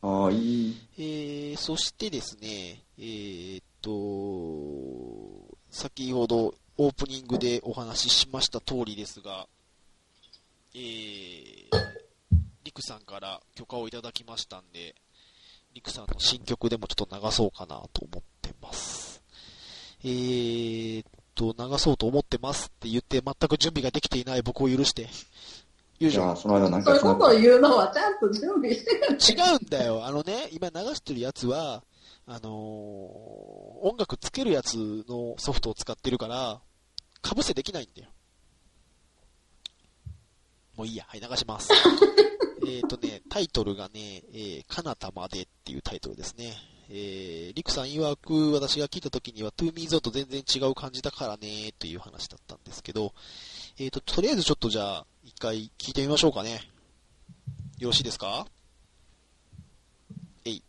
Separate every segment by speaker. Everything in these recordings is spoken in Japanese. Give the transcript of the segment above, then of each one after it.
Speaker 1: はい。
Speaker 2: えー、そしてですね、えー、っと、先ほどオープニングでお話ししました通りですが、えー、リクさんから許可をいただきましたんで、リクさんの新曲でもちょっと流そうかなと思ってます。えー、っと、流そうと思ってますって言って全く準備ができていない僕を許して。
Speaker 1: よいしょ。
Speaker 3: その間なんかそういうこと言うのはちゃんと準備してる
Speaker 2: 違うんだよ。あのね、今流してるやつは、あのー、音楽つけるやつのソフトを使ってるから、かぶせできないんだよ。もういいや。はい、流します。えっとね、タイトルがね、えー、かなたまでっていうタイトルですね。えー、りくさん曰く、私が聞いた時には、トゥーミーゾーと全然違う感じだからね、という話だったんですけど、えっ、ー、と、とりあえずちょっとじゃあ、一回聞いてみましょうかね。よろしいですかえい。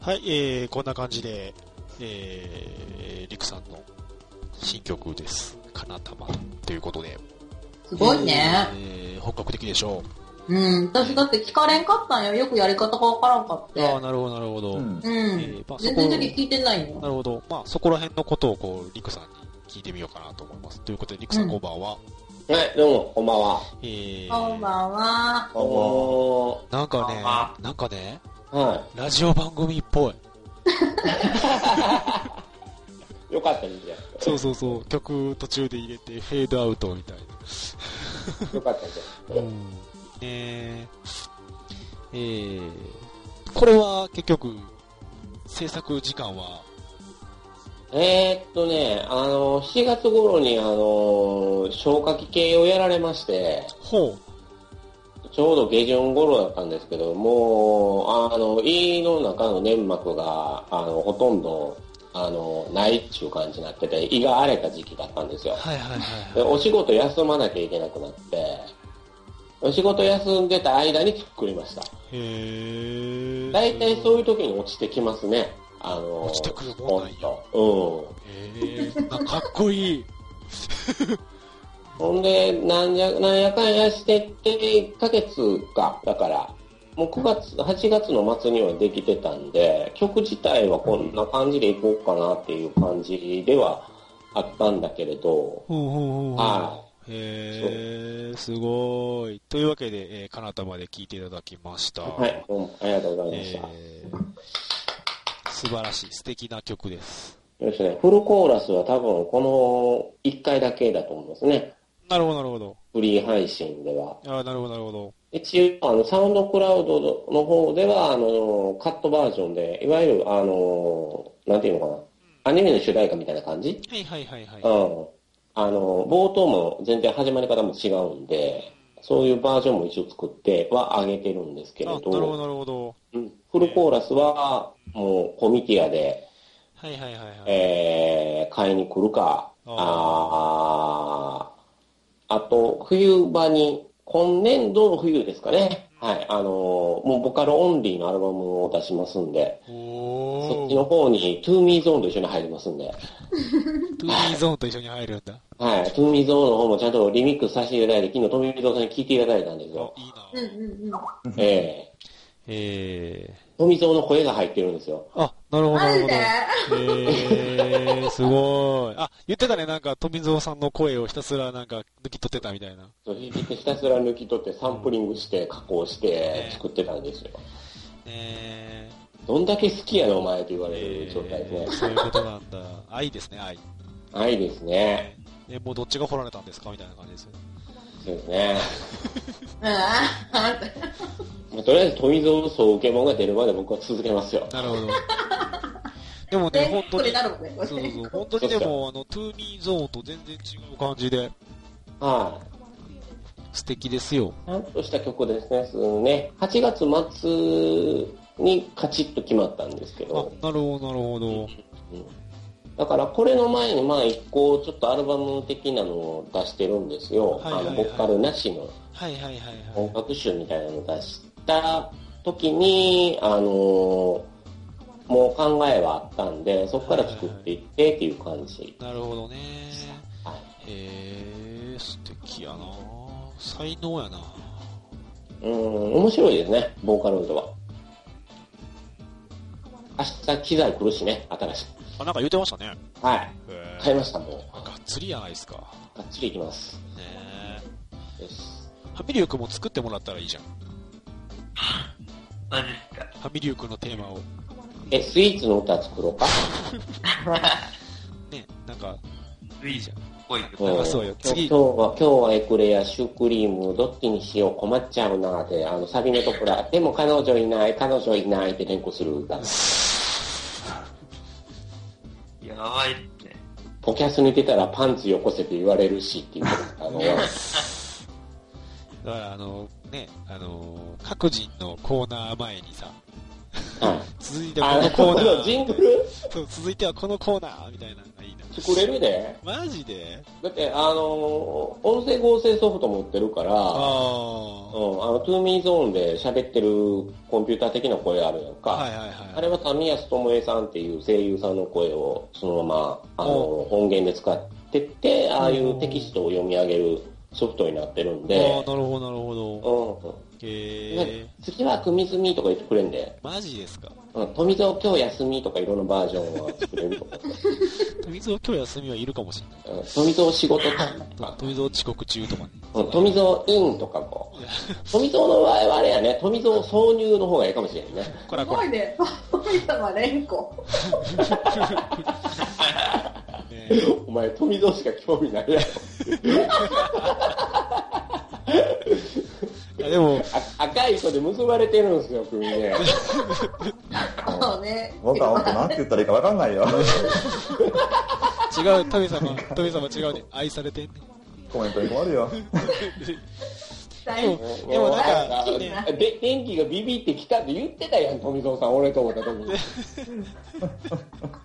Speaker 2: はい、えー、こんな感じで、えー、りくさんの新曲です。かなたまということで。
Speaker 3: すごいね。
Speaker 2: えー、本格的でしょ
Speaker 3: うん。私だって聞かれんかったんよ。よくやり方がわからんかっ
Speaker 2: う。ああ、
Speaker 3: て。
Speaker 2: なるほど、なるほど。
Speaker 1: うん。
Speaker 3: う
Speaker 2: え
Speaker 3: ん。
Speaker 2: ーまあ、そ
Speaker 3: 全
Speaker 2: こ、
Speaker 3: 然
Speaker 2: な
Speaker 3: 時聞いてないよ。
Speaker 2: るほど。まあ、そこら辺のことを、こう、りくさんに聞いてみようかなと思います。ということで、りくさ、
Speaker 3: うんん
Speaker 2: こんばんは。
Speaker 4: はい、どうも、こんばんは。
Speaker 2: えー、
Speaker 3: こんばんは。
Speaker 1: こんばんは
Speaker 4: お
Speaker 2: なんか
Speaker 4: こんばんは
Speaker 2: ね、なんかね、
Speaker 4: ーは
Speaker 2: ラジオ番組っぽい。
Speaker 4: い。よかったんじゃないです
Speaker 2: そうそうそう、曲途中で入れて、フェードアウトみたいな。
Speaker 4: か。よかったんじゃないです
Speaker 2: ん。えー、えー、これは結局、制作時間は、
Speaker 4: か。えー、っとね、あの、7月頃に、あの、消火器系をやられまして、
Speaker 2: ほう。
Speaker 4: ちょうど下旬頃だったんですけど、もう、あの、胃の中の粘膜が、あの、ほとんど、あの、ないっていう感じになってて、胃が荒れた時期だったんですよ。
Speaker 2: はいはいはい
Speaker 4: で
Speaker 2: はい。
Speaker 4: お仕事休まなきゃいけなくなって、お仕事休んでた間に作りました。
Speaker 2: へー。
Speaker 4: 大体そういう時に落ちてきますね。あの、
Speaker 2: 落ちてくるもんなんや
Speaker 4: スポンと
Speaker 2: へーなんかかっこいい。
Speaker 4: うん。ほんで、なんや、なんやかんやしてって、1ヶ月か、だから、もう9月、8月の末にはできてたんで、曲自体はこんな感じでいこうかなっていう感じではあったんだけれど、
Speaker 2: ほうほうほう
Speaker 4: は
Speaker 2: ほう。へー、すごーい。というわけで、えー、かなたまで聞いていただきました。
Speaker 4: はい、どうもありがとうございました。
Speaker 2: えー素晴らしい、素敵な曲です。
Speaker 4: そうですね、フルコーラスは多分この1回だけだと思いますね。
Speaker 2: なるほど、なるほど。
Speaker 4: フリー配信では。
Speaker 2: あーなるほど、なるほど。
Speaker 4: 一応、あの、サウンドクラウドの方では、あの、カットバージョンで、いわゆる、あの、なんていうのかな、アニメの主題歌みたいな感じ
Speaker 2: はいはいはいはい。
Speaker 4: うん。あの、冒頭も全然始まり方も違うんで、そういうバージョンも一応作っては上げてるんですけ
Speaker 2: あ、な
Speaker 4: れ
Speaker 2: るほど、
Speaker 4: ど、
Speaker 2: なるほど。
Speaker 4: うんフルコーラスは、もう、コミティアで、
Speaker 2: はいはいはいはい。
Speaker 4: えー、買いに来るか、
Speaker 2: あ
Speaker 4: あああと、冬場に、今年度の冬ですかね。はい。あのーもうボカロオンリーのアルバムを出しますんで、そっち
Speaker 2: お
Speaker 4: の
Speaker 2: ー。
Speaker 4: 方に、トゥーミーゾーンと一緒に入りますんで、
Speaker 2: トゥーミーゾーンと一緒に入るんだ。
Speaker 4: はい。トゥーミーゾーンの方もちゃんとリミックスさせていただいて、昨日トミミゾーさんに聞いていただいたんです
Speaker 2: あ
Speaker 4: よ。
Speaker 2: いいな。
Speaker 3: うんうんうん。
Speaker 4: ええ
Speaker 2: え
Speaker 4: トミゾーの声が入ってるんですよ。
Speaker 2: ー、あ、なるほど、な
Speaker 3: マ
Speaker 2: る
Speaker 3: ジ
Speaker 2: ほ
Speaker 3: で
Speaker 2: ど。えー、すごい。あ、言ってたね、なんか、富蔵さんの声をひたすらなんか、抜き取ってたみたいな。
Speaker 4: そうひたすら抜き取って、サンプリングして、加工して、作ってたんですよ。
Speaker 2: え
Speaker 4: どんだけ好きやねんお前と言わ
Speaker 2: ー、
Speaker 4: れる状態ですね
Speaker 2: えー。そういうことなんだ。愛ですね、愛。
Speaker 4: 愛ですね。
Speaker 2: え、もうどっちが掘られたんですかみたいな感じですよ。
Speaker 4: そうですね。
Speaker 3: うん。あんた
Speaker 4: まあとりあえず、富蔵総受け物が出るまで僕は続けますよ。
Speaker 2: なるほど。でもね、
Speaker 3: 全
Speaker 2: 本当
Speaker 3: 国
Speaker 2: に
Speaker 3: に。なるもんね、これ。
Speaker 2: そうそう、本当にでも、あの、トゥーミーゾーンと全然違う感じで、
Speaker 4: は
Speaker 2: 素敵ですよ。
Speaker 4: い。ちゃんとした曲ですね。そうね8月末にカチッと決まったんですけ
Speaker 2: あ、
Speaker 4: ど。
Speaker 2: なるほど、なるほど。
Speaker 4: うんだから、これの前に、まあ、一個、ちょっとアルバム的なのを出してるんですよ。
Speaker 2: はいはい
Speaker 4: あ
Speaker 2: はい
Speaker 4: の、ボーカルなしの
Speaker 2: はいはいはい
Speaker 4: 音
Speaker 2: は
Speaker 4: 楽集みたいなのを出した時に、あのーもう考えはあったんで、そこから作っていってっていう感じ。
Speaker 2: い。なるほどね。
Speaker 4: はい
Speaker 2: へえ、素敵やな才能やな
Speaker 4: うん、面白いですね、ボーカロイドは。明日機材来るしね、新しく。
Speaker 2: あ、なんか言ってましたね。
Speaker 4: はい。
Speaker 2: へ
Speaker 4: 買いました、も
Speaker 2: あがっつりやないですか。
Speaker 4: う。がっつりいきます。
Speaker 2: ねえ。
Speaker 4: よし。
Speaker 2: ハミリュウ君も作ってもらったらいいじゃん。
Speaker 5: マジですか。
Speaker 2: ハミリュウ君のテーマを。
Speaker 4: え、スイーツの歌作ろうか
Speaker 2: ね、なんか、
Speaker 5: い
Speaker 2: いい
Speaker 5: い
Speaker 2: じ
Speaker 5: じゃ
Speaker 2: ゃ
Speaker 5: ん。
Speaker 2: ん。
Speaker 5: ぽいよ。
Speaker 2: 流そうよ
Speaker 4: 今日
Speaker 2: 次
Speaker 4: 今日は、今日はエクレア、シュークリーム、どっちにしよう、困っちゃうなーって、あの、サビのところ、でも彼女いない、彼女いないって連呼する歌。
Speaker 5: やばいっすね。
Speaker 4: ポキャスに出たらパンツよこせって言われるしっていう、 あの、
Speaker 2: だから、あの、ね、あの、各人のコーナー前にさ、
Speaker 4: はい。
Speaker 2: 続いては
Speaker 4: あ
Speaker 2: このコーナ
Speaker 4: の、
Speaker 2: ー。
Speaker 4: ジングル
Speaker 2: そう、続いてはこのコーナーみたいなのがいいな。
Speaker 4: 作れるで。
Speaker 2: マジで
Speaker 4: だって、あの音声合成ソフト持ってるから、
Speaker 2: あ
Speaker 4: うん、
Speaker 2: あ。は
Speaker 4: あの、トゥーミーゾーンで喋ってるコンピューター的な声あるやんか。
Speaker 2: いはいはい。
Speaker 4: あれは田宮智恵さんっていう声優さんの声をそのままあの音源で使ってって、ああいうテキストを読み上げるソフトになってるん
Speaker 2: あ
Speaker 4: で
Speaker 2: あ、、なるほどなるほど。
Speaker 4: う
Speaker 2: へえ
Speaker 4: ん。。次は組み済みとか言ってくれんで、
Speaker 2: マジですか。
Speaker 4: うん、富蔵今日休みとかいろんなバージョンは作れるとか、
Speaker 2: 富蔵今日休みはいるかもしれない。
Speaker 4: うん富蔵仕事とか、
Speaker 2: 富蔵遅刻中とかね。
Speaker 4: うん富蔵インとかこう、富蔵の場合はあれやね、富蔵挿入の方がいいかもしれ んね。
Speaker 2: こ
Speaker 3: す
Speaker 2: らこ
Speaker 3: ご
Speaker 2: ら。
Speaker 3: い
Speaker 2: ね
Speaker 3: ね。富様蓮子。
Speaker 2: え
Speaker 4: お前、富蔵しか興味ないやろ。
Speaker 2: いやでも、
Speaker 4: あ赤い糸で結ばれてるんですよ、組ね。
Speaker 3: そうね。
Speaker 1: 僕は本当なんて言ったらいいかわかんないよ。
Speaker 2: 違う、富様、富様違うね。愛されてんね。
Speaker 1: コメントに困るよ。
Speaker 3: 大
Speaker 2: で
Speaker 3: 丈夫
Speaker 2: も、 でもなんか、 ね、
Speaker 4: で、電気がビビってきたって言ってたやん、富蔵さん、俺と思った時 に。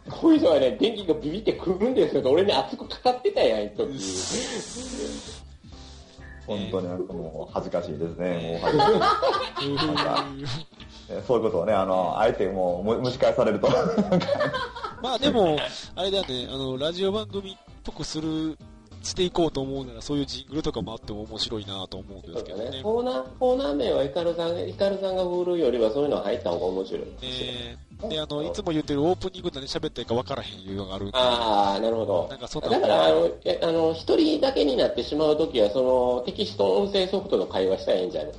Speaker 4: こういう人はね、電気がビビってくるんですよって、俺に熱くかかってたやん、一時。
Speaker 1: 本当になんかもう恥ずかしいですね。もう恥ずかしいえそういうことをね、あの、あえてもうむ蒸し返されると。
Speaker 2: まあでも、あれだよね、あの、ラジオ番組っぽくする、していこうと思うなら、そういうジングルとかもあっても面白いなと思うん
Speaker 4: そう
Speaker 2: で
Speaker 4: だ
Speaker 2: すけど
Speaker 4: ね
Speaker 2: ね。
Speaker 4: コーナー、コーナー名はヒカルさんが、ヒカルさんが振るよりはそういうの入った方が面白いかもしれない。
Speaker 2: ねで、あの、いつも言ってるオープニングで何喋っていいか分からへんいうのがあるんで。
Speaker 4: ああ、なるほど。
Speaker 2: なんかそんな
Speaker 4: だから、あの、えあの、一人だけになってしまうときは、その、テキスト音声ソフトと会話したらいいんじゃないか。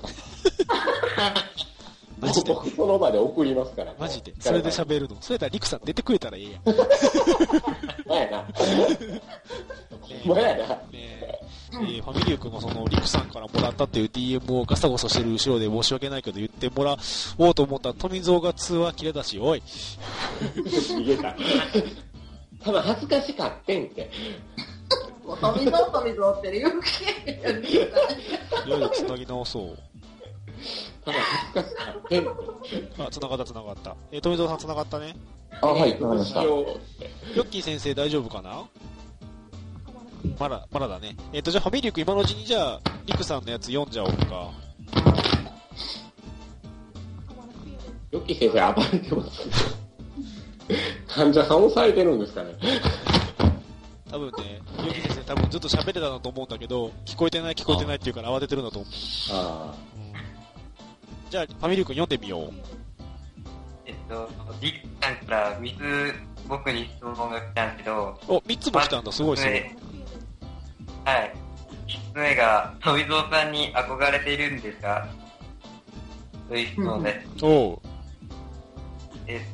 Speaker 2: マジで
Speaker 4: 僕、その場で送りますから。
Speaker 2: マジでそれで喋るの。それやったら、リクさん出てくれたらええやん。ね
Speaker 4: ほんまやな。ほんまやな。
Speaker 2: ええーファミリュー君もその、リクさんからもらったっていう DM をガサゴサしてる後ろで申し訳ないけど言ってもらおうと思ったら、富蔵が通話切れだし、おい。
Speaker 4: 逃げた。多分恥ずかしかってんって。
Speaker 3: もう富蔵富蔵ってよく聞け
Speaker 2: いろいろ繋ぎ直そう。
Speaker 4: 多分恥ずかしかってんって。
Speaker 2: あ、繋がった繋がった。えー富蔵さん繋がったね。
Speaker 4: あ、はい
Speaker 1: わかりました
Speaker 2: ヨッキー先生大丈夫かなまだ、まだだね。えっ、と、じゃあ、ファミリー君今のうちにじゃあ、リクさんのやつ読んじゃおうか。
Speaker 4: よき先生暴れてます。 患者さんをされてるんですかね。
Speaker 2: 多分ね、ヨッキー先生多分ずっと喋ってたなと思うんだけど、聞こえてない聞こえてないっていうから慌ててるんだと思う。
Speaker 4: あ
Speaker 2: じゃあ、ファミリー君読んでみよう。
Speaker 5: えっと、リッさんから3つ僕に質問が来たんですけど、
Speaker 2: お、3つも来たんだ。すごいすごい。
Speaker 5: 一つ目はい。1つ目が、富蔵さんに憧れているんですかという質問で。
Speaker 2: おう。
Speaker 5: え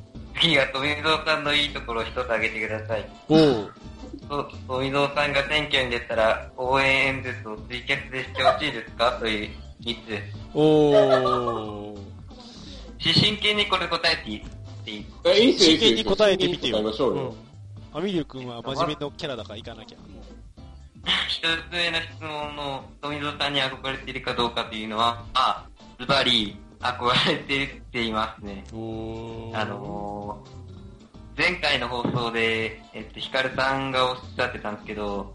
Speaker 5: 次が富蔵さんのいいところを一つ挙げてください。
Speaker 2: おう。
Speaker 5: と富蔵さんが選挙に出たら応援演説をツイキャスでしてほしいですかという3つです。
Speaker 2: おう。
Speaker 5: し真剣にこれ答えていいっていい
Speaker 4: あ。いいっすよ、いいっす
Speaker 2: 真
Speaker 4: よ
Speaker 2: 剣に答えてみてよ。
Speaker 4: 真剣に答えましょう
Speaker 2: うん
Speaker 4: よ。
Speaker 2: ファミリー君は真面目のキャラだから行かなきゃ。
Speaker 5: 一つ目の質問の富蔵さんに憧れているかどうかというのは、あ、ズバリ憧れてっていますね。
Speaker 2: お
Speaker 5: あのー前回の放送で、えっと、ヒカルさんがおっしゃってたんですけど、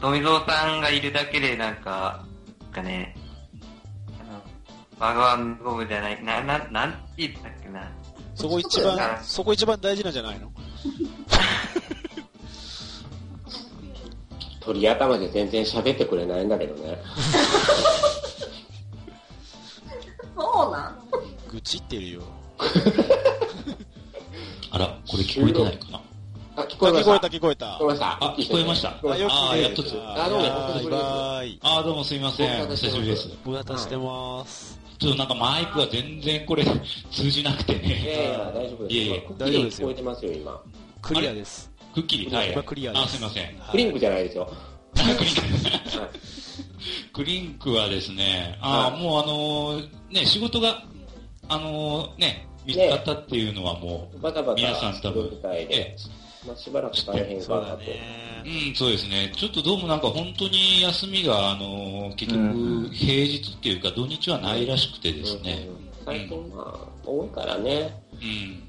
Speaker 5: 富蔵さんがいるだけでなんか、なんかね、あの、バグワンゴムじゃない、な、な、なんて言ったっけな。
Speaker 2: そこ一番、そこ一番大事なんじゃないの
Speaker 4: 鳥頭で全然喋ってくれないんだけどね。
Speaker 3: そうなん
Speaker 2: 愚痴ってるよ。
Speaker 6: あら、これ聞こえてないかな。
Speaker 4: あ、聞こえま
Speaker 2: 聞
Speaker 4: した。
Speaker 2: こえた聞こえた
Speaker 4: 聞こえ。ました。
Speaker 6: あ、聞こえました。
Speaker 4: こえ
Speaker 2: あ、よ
Speaker 6: あ
Speaker 2: く
Speaker 6: ー、
Speaker 2: ね
Speaker 6: やっとつ。
Speaker 4: あどうも
Speaker 2: バイバイ。
Speaker 6: あー、どうもすみません。
Speaker 4: ご無
Speaker 6: お
Speaker 4: 沙汰
Speaker 6: 久
Speaker 4: してま
Speaker 6: し
Speaker 4: す
Speaker 6: ぶりです。
Speaker 2: ご無沙汰してます。
Speaker 6: ちょっとなんかマイクが全然これ 通じなくて
Speaker 4: い
Speaker 6: ね。
Speaker 4: やいや、大丈夫です。
Speaker 6: いやいや
Speaker 4: 今
Speaker 2: 大丈夫ですよ
Speaker 4: 聞こえてますよ、今。
Speaker 2: クリアです。
Speaker 6: くっきり。はい
Speaker 2: 今。クリアです
Speaker 6: あ、すみません。
Speaker 2: は
Speaker 4: クリ
Speaker 2: い
Speaker 4: ンクじゃないですよ。
Speaker 6: クリンク。
Speaker 4: はい
Speaker 6: クリンクはですね、あー、
Speaker 4: は
Speaker 6: もうあのー、ね、仕事が、あのー、ね、見つかったっていうのはもう、
Speaker 4: バタバタ
Speaker 6: 皆さん
Speaker 4: す
Speaker 6: 多
Speaker 4: る
Speaker 6: 分
Speaker 4: みたいで
Speaker 6: え、
Speaker 4: まあ、しばらく大変か
Speaker 2: そう
Speaker 4: な
Speaker 2: だ
Speaker 4: と。
Speaker 2: ね。
Speaker 6: うん、そうですね。ちょっとどうもなんか本当に休みが、あのー、結
Speaker 5: う
Speaker 6: 局、平日っていうか土日はないらしくてですね。
Speaker 4: うん最近まあ、多いからね。
Speaker 6: うん。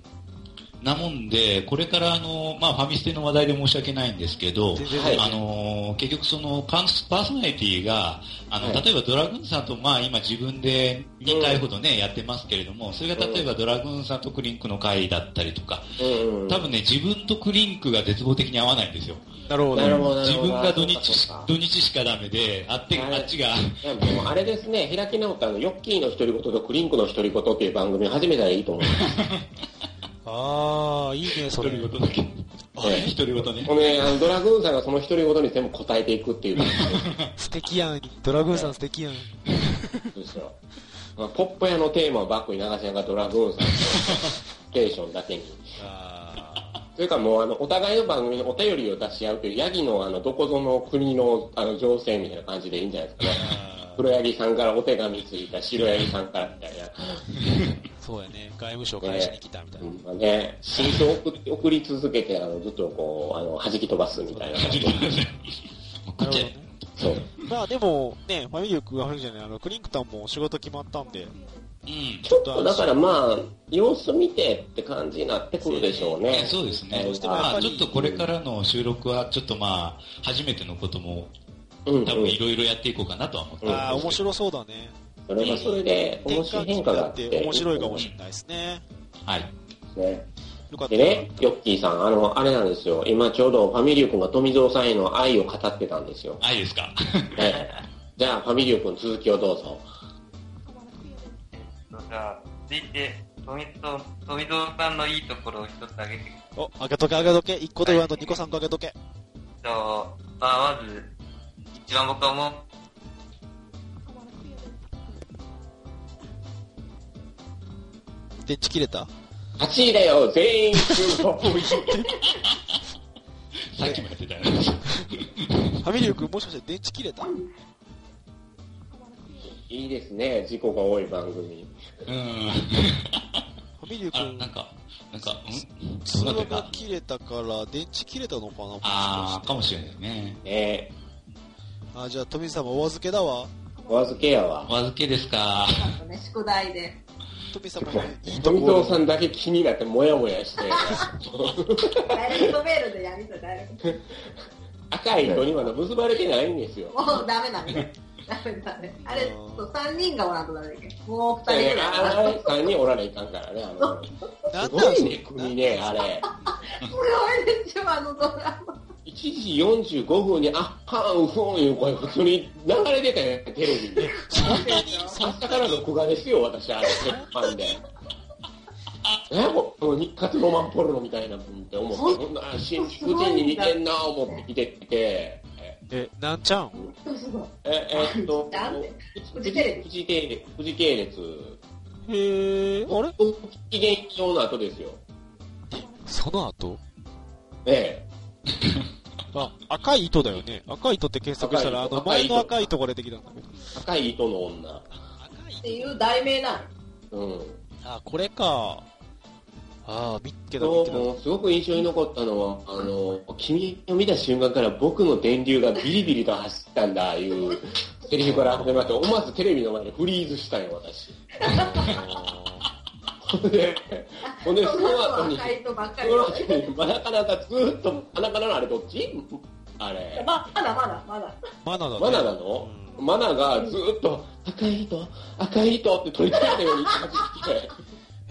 Speaker 6: なもんで、これからあの、まあ、ファミステの話題で申し訳ないんですけど、
Speaker 2: 全然
Speaker 4: はい
Speaker 6: あのー結局そのパンパーソナリティが、あの、
Speaker 4: はい
Speaker 6: 例えばドラグーンさんとまあ今自分で2回ほどね、やってますけれども、それが例えばドラグーンさんとクリンクの会だったりとか、
Speaker 4: うんうん
Speaker 6: 多分ね、自分とクリンクが絶望的に合わないんですよ。
Speaker 2: なるほど。
Speaker 4: なるほど、なる
Speaker 6: 自
Speaker 4: ほど。
Speaker 6: 分が土日
Speaker 4: そうかそうか
Speaker 6: 土日しかダメで、あって、
Speaker 4: はい
Speaker 6: あっちが、
Speaker 4: いやもうあれですね、開き直ったあの、ヨッキーの独り言とクリンクの独り言っていう番組始めたらいいと思います。
Speaker 2: ああ、いいね、そ
Speaker 6: 独
Speaker 2: れ。
Speaker 6: り言だけ。
Speaker 4: はい
Speaker 6: 独り言ね。
Speaker 4: もうね、あの、ドラグーンさんがその独り言に全部答えていくっていう番
Speaker 2: 素敵やん。ドラグーンさん素敵やん。
Speaker 4: 組ですよ。まあポップ屋のテーマをバックに流しながらドラグーンさんのステーションだけに。
Speaker 2: あ
Speaker 4: それからもう、あの、お互いの番組にお便りを出し合うという、ヤギのあの、どこぞの国の、あの、情勢みたいな感じでいいんじゃないですかね。
Speaker 2: あ
Speaker 4: 黒ヤギさんからお手紙ついた、白ヤギさんからみたいな。
Speaker 2: そうやね。外務省返しに来たみたいな。
Speaker 4: まあね、新書を送って送り続けて、あのずっとこう、あの、弾き飛ばすみたい な感じ。
Speaker 6: 送っちゃえ
Speaker 4: そう。
Speaker 2: まあでも、ね、ファミリークがるじゃない、あの、クリンクタンも仕事決まったんで、
Speaker 6: うん。
Speaker 4: ちょっとだからまあ、様子見てって感じになってくるでしょうね。
Speaker 6: そうですね。
Speaker 4: どうしてもやっ
Speaker 6: ま
Speaker 2: ぱ
Speaker 6: あ、
Speaker 2: り
Speaker 6: ちょっとこれからの収録は、ちょっとまあ、初めてのことも、
Speaker 4: うん、う
Speaker 6: 多分
Speaker 4: ん。
Speaker 6: いろいろやっていこうかなとは思って
Speaker 4: うん
Speaker 2: ああ、面白そうだね。
Speaker 4: それはそれで、面白い変化があって。
Speaker 2: 転換期にな面白いかもしれないですね。
Speaker 6: はい。
Speaker 4: ね。
Speaker 2: よかっ
Speaker 4: で
Speaker 2: た
Speaker 4: ね、ヨッキーさん、あの、あれなんですよ。今ちょうどファミリュー君が富蔵さんへの愛を語ってたんですよ。
Speaker 6: あ、いいですか。
Speaker 4: ね。じゃあ、ファミリュー君続きをどうぞ。
Speaker 5: じゃあ、続いて、富蔵富蔵さんのいいところを一つ挙げてください
Speaker 2: お、開けとけ開けとけ。1個と言わんと2個3個開けとけ。
Speaker 5: えっと、まあ、まず、一番僕は思う、
Speaker 2: 電池切れた
Speaker 4: 8位だよ全員
Speaker 6: さっきもやってたよね。
Speaker 2: ファミリークもしかして電池切れた
Speaker 4: いいですね、事故が多い番組。
Speaker 6: うん。
Speaker 2: ファミリー
Speaker 6: あ、なん
Speaker 2: 君、
Speaker 6: か、なんか、ん
Speaker 2: 通
Speaker 6: そうだ
Speaker 2: 話
Speaker 6: った
Speaker 2: が
Speaker 6: か。
Speaker 2: 切れたから、電池切れたのかなもしかして
Speaker 6: ああ、かもしれないね。
Speaker 4: ね
Speaker 2: あーじゃあ、富士様お預けだわ。
Speaker 4: お預けやわ。
Speaker 6: お預けですか。
Speaker 3: ね、宿題で。
Speaker 2: 富士様のいいと
Speaker 4: 富
Speaker 2: ころ
Speaker 4: 蔵。さんだけ気になってモヤモヤして、
Speaker 3: ダイレクトメールでやりとダイレク
Speaker 4: 赤い鳥まだ結ばれてないんです よ。
Speaker 3: ト。もうダメなんだ。ダメダメ。あれ、そう3人がおらんとダメだけど、もう2人
Speaker 4: あ
Speaker 3: ぐらい
Speaker 4: れ、あれ、3人おら ないかんからね、あの、
Speaker 2: な
Speaker 4: す
Speaker 2: んな
Speaker 4: ご
Speaker 2: ん
Speaker 4: い
Speaker 2: そ
Speaker 4: ね
Speaker 2: れ、
Speaker 4: 国ね、あれ。
Speaker 3: すごいでしょ、あのドラマ。
Speaker 4: 1時45分に、あっはん、うふん、いう声、普通に流れてたよね、テレビに。明日から録画ですよ、私、あれ、鉄板で。えもう日活ロマンポルノみたいなもんって思って、そんな新宿人に似てんな思って見てて、
Speaker 2: え、なんちゃん
Speaker 4: え、えっと
Speaker 3: なんで、
Speaker 4: フジフジ系列、フジ系列、
Speaker 2: へえ、あれ
Speaker 4: 期限上の後ですよ。
Speaker 2: その後
Speaker 4: え
Speaker 2: あ、赤い糸だよね。赤い糸って検索したら、あ
Speaker 4: 赤い
Speaker 2: の、
Speaker 4: 糸
Speaker 2: 前の赤い糸が出てきたんだけど。
Speaker 4: え、赤い糸の女。
Speaker 2: 赤
Speaker 3: っ
Speaker 2: い
Speaker 3: ていう題名なの。
Speaker 4: うん。
Speaker 2: あ、これか。ああ、見っけた見っけた。
Speaker 4: もうすごく印象に残ったのは、あの、君を見た瞬間から僕の電流がビリビリと走ったんだ、いうセリフから始まって、思わずテレビの前でフリーズしたよ、私。ほんで、ほんで、その後に、
Speaker 3: 赤いとばっか
Speaker 4: そ
Speaker 3: り
Speaker 4: の。後に、まだかなかずーっと、まだかなのあれどっちあれ。
Speaker 3: ままだまだまだ。
Speaker 2: マナだね。
Speaker 4: マナなの、
Speaker 2: うん
Speaker 4: マナがずーっと、赤い糸、赤い糸って取り付けたように言って走ってき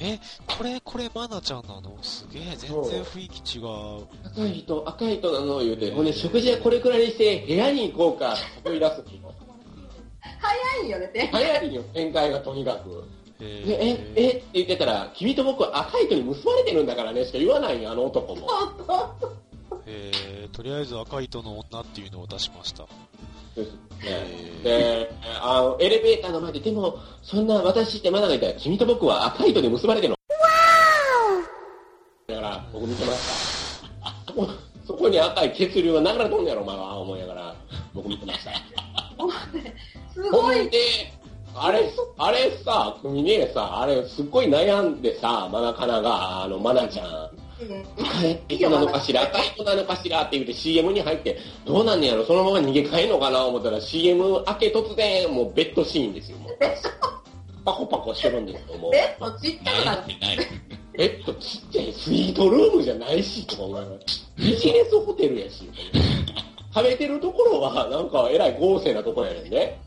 Speaker 4: て、
Speaker 2: え、これ、これマナちゃんなのすげえ、全然雰囲気違う。
Speaker 4: 赤い糸、赤い糸なの言うて、ほんで食事はこれくらいにして部屋に行こうか、飛び出すの。
Speaker 3: 早いよね、て。
Speaker 4: 早いよ、展開がとにかく。
Speaker 2: へ
Speaker 4: でえ、え、って言ってたら、君と僕は赤い糸に結ばれてるんだからね、しか言わないよ、あの男も。
Speaker 2: えー、とりあえず赤い糸の女っていうのを出しました。
Speaker 4: ねで、あの、エレベーターの前で、でも、そんな私ってマナがいたら、君と僕は赤い糸で結ばれてるの。だから、僕見てました。 そこそこに赤い血流が流れとんねやろ、お前は、思いながら、僕見てました。
Speaker 3: す
Speaker 4: ほ
Speaker 3: ご
Speaker 4: ん
Speaker 3: い。
Speaker 4: で、あれ、あれさ、組ねさ、あれ、すっごい悩んでさ、マナカナが、あの、マナちゃん、赤い人なのかしら、赤い人なのかしらって言って CM に入って、どうなんねやろ、そのまま逃げ帰んのかな思ったら CM 明け突然、もうベッドシーンですよ、もう。パコパコしてるんですよ、もう。
Speaker 3: ベッドちっちゃくな
Speaker 6: な
Speaker 3: る。
Speaker 6: い、ない。
Speaker 4: えっと、ちっちゃいスイートルームじゃないし、とか思います。ビジネスホテルやし。食べてるところは、なんか、えらい豪勢なところやねんね。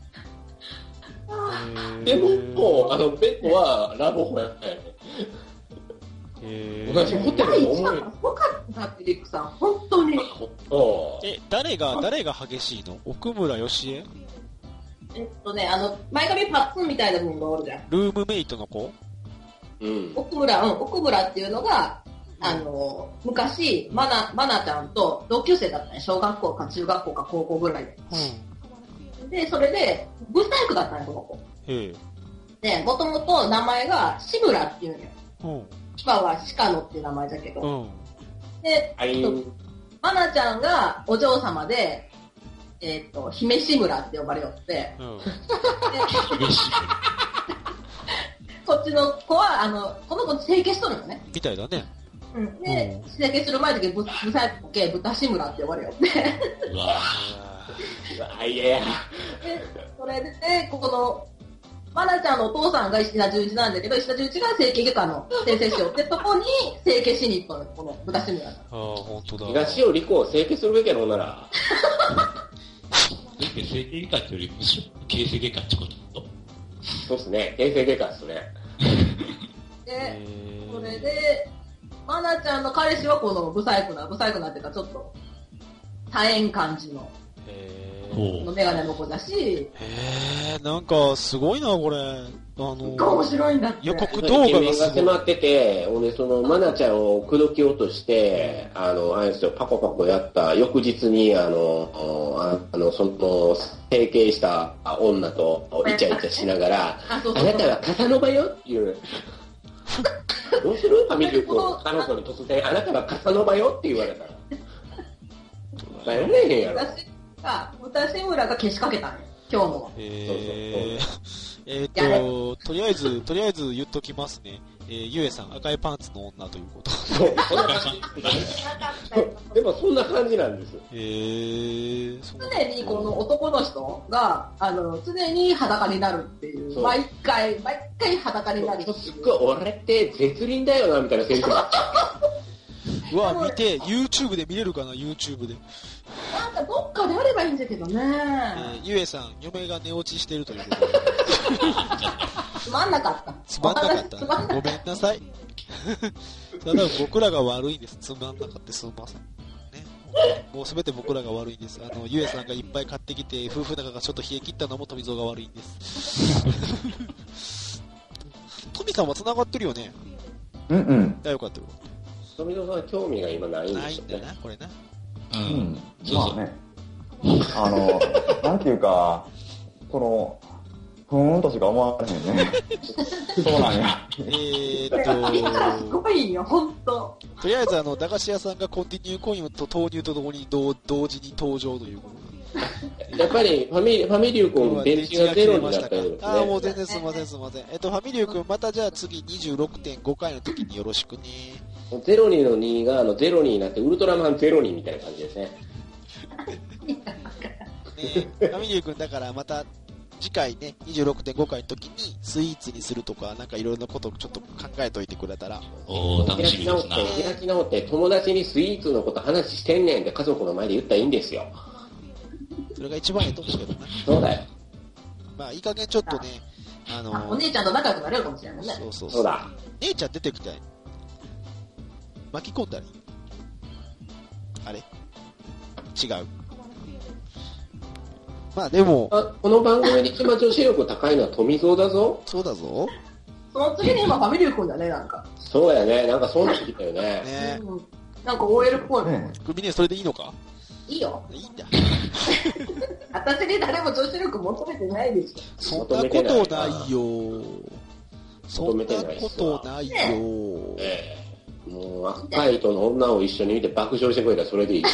Speaker 4: でも、もう、あの、ベッドはラブホやったんやね
Speaker 7: え
Speaker 4: ん。
Speaker 7: ー
Speaker 4: 同じホテル
Speaker 3: 第
Speaker 4: の
Speaker 3: 一
Speaker 4: 思
Speaker 3: 話
Speaker 4: い
Speaker 3: が。すごかったって、リクさん。本当に。
Speaker 4: そ
Speaker 2: え、誰が、誰が激しいの奥村義恵
Speaker 3: えっとね、あの、前髪パッツンみたいな分がおるじゃん。
Speaker 2: ルームメイトの子
Speaker 4: う。うん。
Speaker 3: 奥村、うん、奥村っていうのが、あの、昔、マナ、マナちゃんと同級生だったね。小学校か中学校か高校ぐらいで。
Speaker 2: うん。
Speaker 3: で、それで、ブサイクだったね、この子。
Speaker 2: ええ。
Speaker 3: で、もともと名前がシムラっていうんよ。
Speaker 2: うん。
Speaker 3: 今はシカノっていう名前だけ
Speaker 2: う
Speaker 3: ど。
Speaker 2: ん。
Speaker 3: で、
Speaker 4: あいん。
Speaker 3: マナちゃんがお嬢様で、えっと、姫シムラって呼ばれよって、
Speaker 2: うん。
Speaker 6: 嬉しい。
Speaker 3: こっちの子は、あの、この子整形しとるのね。
Speaker 2: みたいだね。
Speaker 3: うん。で
Speaker 2: う、
Speaker 3: 整形する前だけブブサイク系豚シムラって呼ばれよって。
Speaker 6: うわ
Speaker 4: あいや。
Speaker 3: で、それで、ここの、マナちゃんのお父さんが石田純一なんだけど、石田純一が整形外科の先生しようって、そこに整形しに行ったの、この豚シムラが。
Speaker 2: ああ、本当だ。
Speaker 4: 東尾理子を整形するべきやろ、ほんなら。
Speaker 6: だって整形外科ってよりむしろ形成外科ってこと
Speaker 4: そうっすね。形成外科っすね。
Speaker 3: で、
Speaker 2: えー
Speaker 3: それで、マナちゃんの彼氏はこのブサイクな、ブサイクなっていうか、ちょっと、大変感じの、
Speaker 2: えー
Speaker 6: ほ
Speaker 3: こ
Speaker 6: う
Speaker 3: のメガネの子だし、
Speaker 2: えー、なんか、すごいな、これ。あの
Speaker 3: が面白いんだって。
Speaker 2: 予告
Speaker 4: イ
Speaker 2: 動
Speaker 4: ケ
Speaker 2: 画
Speaker 4: メンが
Speaker 2: がすごい
Speaker 4: 迫。ってて、俺、その、マナちゃんを口説き落として、あの、あれですよ、パコパコやった翌日に、あの、ああの、その、整形した女とイチャイチャしながら、
Speaker 3: あ、そう
Speaker 4: あ
Speaker 3: そ
Speaker 4: な
Speaker 3: う
Speaker 4: たはカサノバよっていう。どうするファミリー君、彼女に突然、あなたはカサノバよって言われたら。やれへんやろ。
Speaker 3: 私が、私村が消しかけたんよ、今日の。
Speaker 2: えー、えー
Speaker 3: や
Speaker 2: と、とりあえず、とりあえず言っときますね。えー、ゆえさん、赤いパンツの女ということ。
Speaker 4: そう、そんな感 じ。でもそんな感じなんです。
Speaker 2: えー、そう
Speaker 3: 常にこの男の人が、あの、常に裸になるっていう、
Speaker 4: そう
Speaker 3: 毎回、毎回裸になりって
Speaker 4: すっ
Speaker 3: いう
Speaker 4: ごい、俺って絶倫だよな、みたいな先生が。
Speaker 2: うわ、見て、YouTube で見れるかな、YouTube で。
Speaker 3: なんかどっかであればいいんだけどね。
Speaker 2: えー、ゆえさん、嫁が寝落ちしてるということで。
Speaker 3: つまんなかった。
Speaker 2: つまんなかった
Speaker 3: つまん
Speaker 2: ご
Speaker 3: な。
Speaker 2: めんなさい。 ただ僕らが悪いです。つまんなかった。すみません。ね。もうすべて僕らが悪いんです。あの、ゆえさんがいっぱい買ってきて、夫婦仲がちょっと冷え切ったのも富蔵が悪いんです。 富さんは繋がってるよね。
Speaker 1: うんうん。
Speaker 2: あ、よかったよかっ
Speaker 4: 富澤さん興味が今ないん
Speaker 2: た。
Speaker 4: で
Speaker 2: ない
Speaker 4: すよ
Speaker 2: んだ
Speaker 4: ね。
Speaker 2: な、これ な。
Speaker 6: う
Speaker 1: うんん。。
Speaker 6: そう
Speaker 1: ま
Speaker 6: そう
Speaker 1: あ。ね。あの、なんていうか、この、ふーんとしか思われへんね。そうなんや。
Speaker 2: えーっ
Speaker 3: これは見たらす
Speaker 2: と、
Speaker 3: ごいよ、ほんと。
Speaker 2: とりあえずあの、駄菓子屋さんがコンティニューコインと投入とともに同同時に登場ということで。
Speaker 4: やっぱりファミリー、ファミリュー君、電池がゼロになったようです
Speaker 2: ああ、も
Speaker 4: ね。
Speaker 2: う全然すみません、すみません。えっと、ファミリュー君、またじゃあ次26.5回の時によろしくね。
Speaker 4: ゼロ2の2があのゼロになって、ウルトラマンゼロ2みたいな感じですね。
Speaker 2: ねファミリュー君、だからまた次回ね、26.5回の時にスイーツにするとか、なんかいろいろなことをちょっと考えといてくれたら。
Speaker 6: おー、楽
Speaker 4: 開
Speaker 6: し
Speaker 4: き
Speaker 6: みで
Speaker 4: 直
Speaker 6: す
Speaker 4: って
Speaker 6: な。、
Speaker 4: 開き直って、友達にスイーツのこと話してんねんって家族の前で言ったらいいんですよ。
Speaker 2: それが一番ええと思うけどな。
Speaker 4: そうだよ。
Speaker 2: まあ、いい加減ちょっとね、あの
Speaker 3: あお姉ちゃんと仲良くなれるかもしれないもんね。
Speaker 2: そうそ
Speaker 4: そ
Speaker 2: うそうう。
Speaker 4: だ。
Speaker 2: 姉ちゃん出てきたい。巻き込んだり。あれ違う。まあでも、
Speaker 4: あ、この番組で一番女子力高いのは富蔵だぞ。
Speaker 2: そうだぞ。
Speaker 3: その次に今ファミリー君だね、なんか。
Speaker 4: そうやね。なんかそんな聞いたよね。
Speaker 2: ね
Speaker 3: うんなんか OL っぽい。
Speaker 1: ね
Speaker 2: グミネそれでいいのか
Speaker 3: いいよ。
Speaker 2: いいんだ。
Speaker 3: 私に誰も女子力求めてないでしょ。
Speaker 2: そんなことないよ。そ
Speaker 4: 求
Speaker 2: んな
Speaker 4: めてないっすわ
Speaker 2: ことないよ。
Speaker 4: ええもう、若いとの女を一緒に見て爆笑してくれたらそれでいい。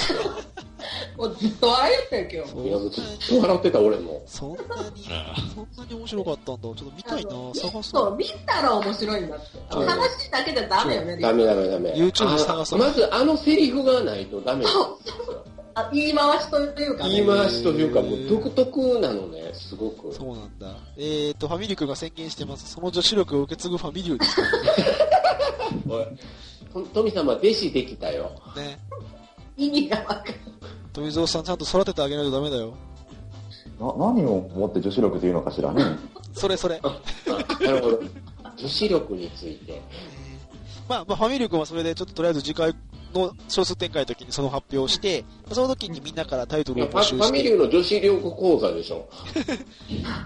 Speaker 3: もうずっと笑えてるよ、今
Speaker 2: そ
Speaker 4: いやずっ
Speaker 2: んなに、
Speaker 4: と笑ってた俺も。
Speaker 2: そんなに、 そんなに面白かったんだ。ちょっと見たい
Speaker 3: 日。
Speaker 2: な
Speaker 3: あの。
Speaker 2: 探そ
Speaker 3: そう、
Speaker 2: う。
Speaker 3: 見たら面白いんだって。
Speaker 4: うん
Speaker 3: 話だけじゃダメよね、
Speaker 4: ダメダメダメ。
Speaker 2: YouTube 探そう
Speaker 4: あまずあのセリフがないとダメなんですよ。
Speaker 3: あ言い回しというか、ね、
Speaker 4: 言い回しというか、もう独特なのね、すごく。
Speaker 2: そうなんだ。えっ、と、ファミリュクが宣言してます。その女子力を受け継ぐファミリューです
Speaker 4: おいと富様、弟子できた よ。
Speaker 2: ね。
Speaker 3: 意味がわかんない。
Speaker 2: 富蔵さんちゃんと育ててあげないとダメだよ。
Speaker 1: な何を持って女子力というのかしらね。
Speaker 2: それそれ。
Speaker 4: あなるほど。女子力について。
Speaker 2: まあ、まあ、ファミリュ君はそれで、ちょっととりあえず次回の小数展開の時にその発表をして、その時にみんなからタイト
Speaker 4: い
Speaker 2: ル
Speaker 4: や
Speaker 2: を
Speaker 4: フ
Speaker 2: 募
Speaker 4: ァフ
Speaker 2: 集し
Speaker 4: ァミ
Speaker 2: て、
Speaker 4: リーの女子力講座でしょ。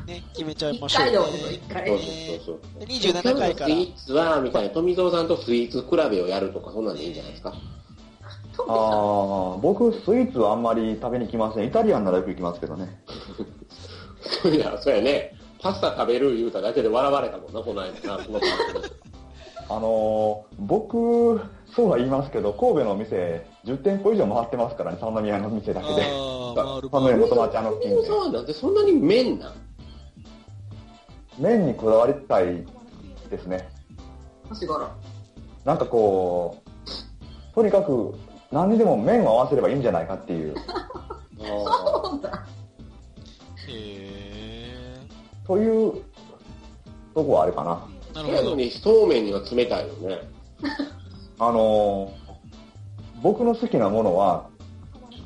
Speaker 2: ね、決めちゃいま
Speaker 3: 一
Speaker 2: しょう
Speaker 3: 回
Speaker 2: ね、
Speaker 3: だもんね、一
Speaker 4: そう
Speaker 3: 回。
Speaker 4: そうそうそう。
Speaker 2: 27
Speaker 4: 今日
Speaker 2: 回
Speaker 4: の
Speaker 2: か
Speaker 4: スイ
Speaker 2: ら。
Speaker 4: ーツは、みたいな、富蔵さんとスイーツ比べをやるとか、そんなんでいいんじゃないです か。
Speaker 1: ああ、僕、スイーツはあんまり食べに来ません。イタリアンならよく行きますけどね。
Speaker 4: そういや、そうやね。パスタ食べる言うただけで笑われたもんな、この間 な。この
Speaker 1: あのー僕、そうは言いますけど、神戸のお店、10店舗以上回ってますからね、三宮の店だ
Speaker 2: あ
Speaker 1: けで。
Speaker 2: あ、
Speaker 1: 三
Speaker 2: 回
Speaker 1: 宮
Speaker 2: る
Speaker 1: の友達あの
Speaker 4: 富
Speaker 1: 近
Speaker 4: 蔵さん
Speaker 1: 辺。
Speaker 4: はなんでそんなに麺なん
Speaker 1: 麺にこだわりたいですね。
Speaker 3: 年頃。
Speaker 1: なんかこう、とにかく、何にでも麺を合わせればいいんじゃないかっていう。
Speaker 3: そうだ。
Speaker 2: へ
Speaker 1: という、とこはあれかな。
Speaker 2: ーな
Speaker 4: そや
Speaker 2: るほ
Speaker 4: の
Speaker 2: ど。
Speaker 4: に、そうめんには冷たいよね。
Speaker 1: あのー僕の好きなものは、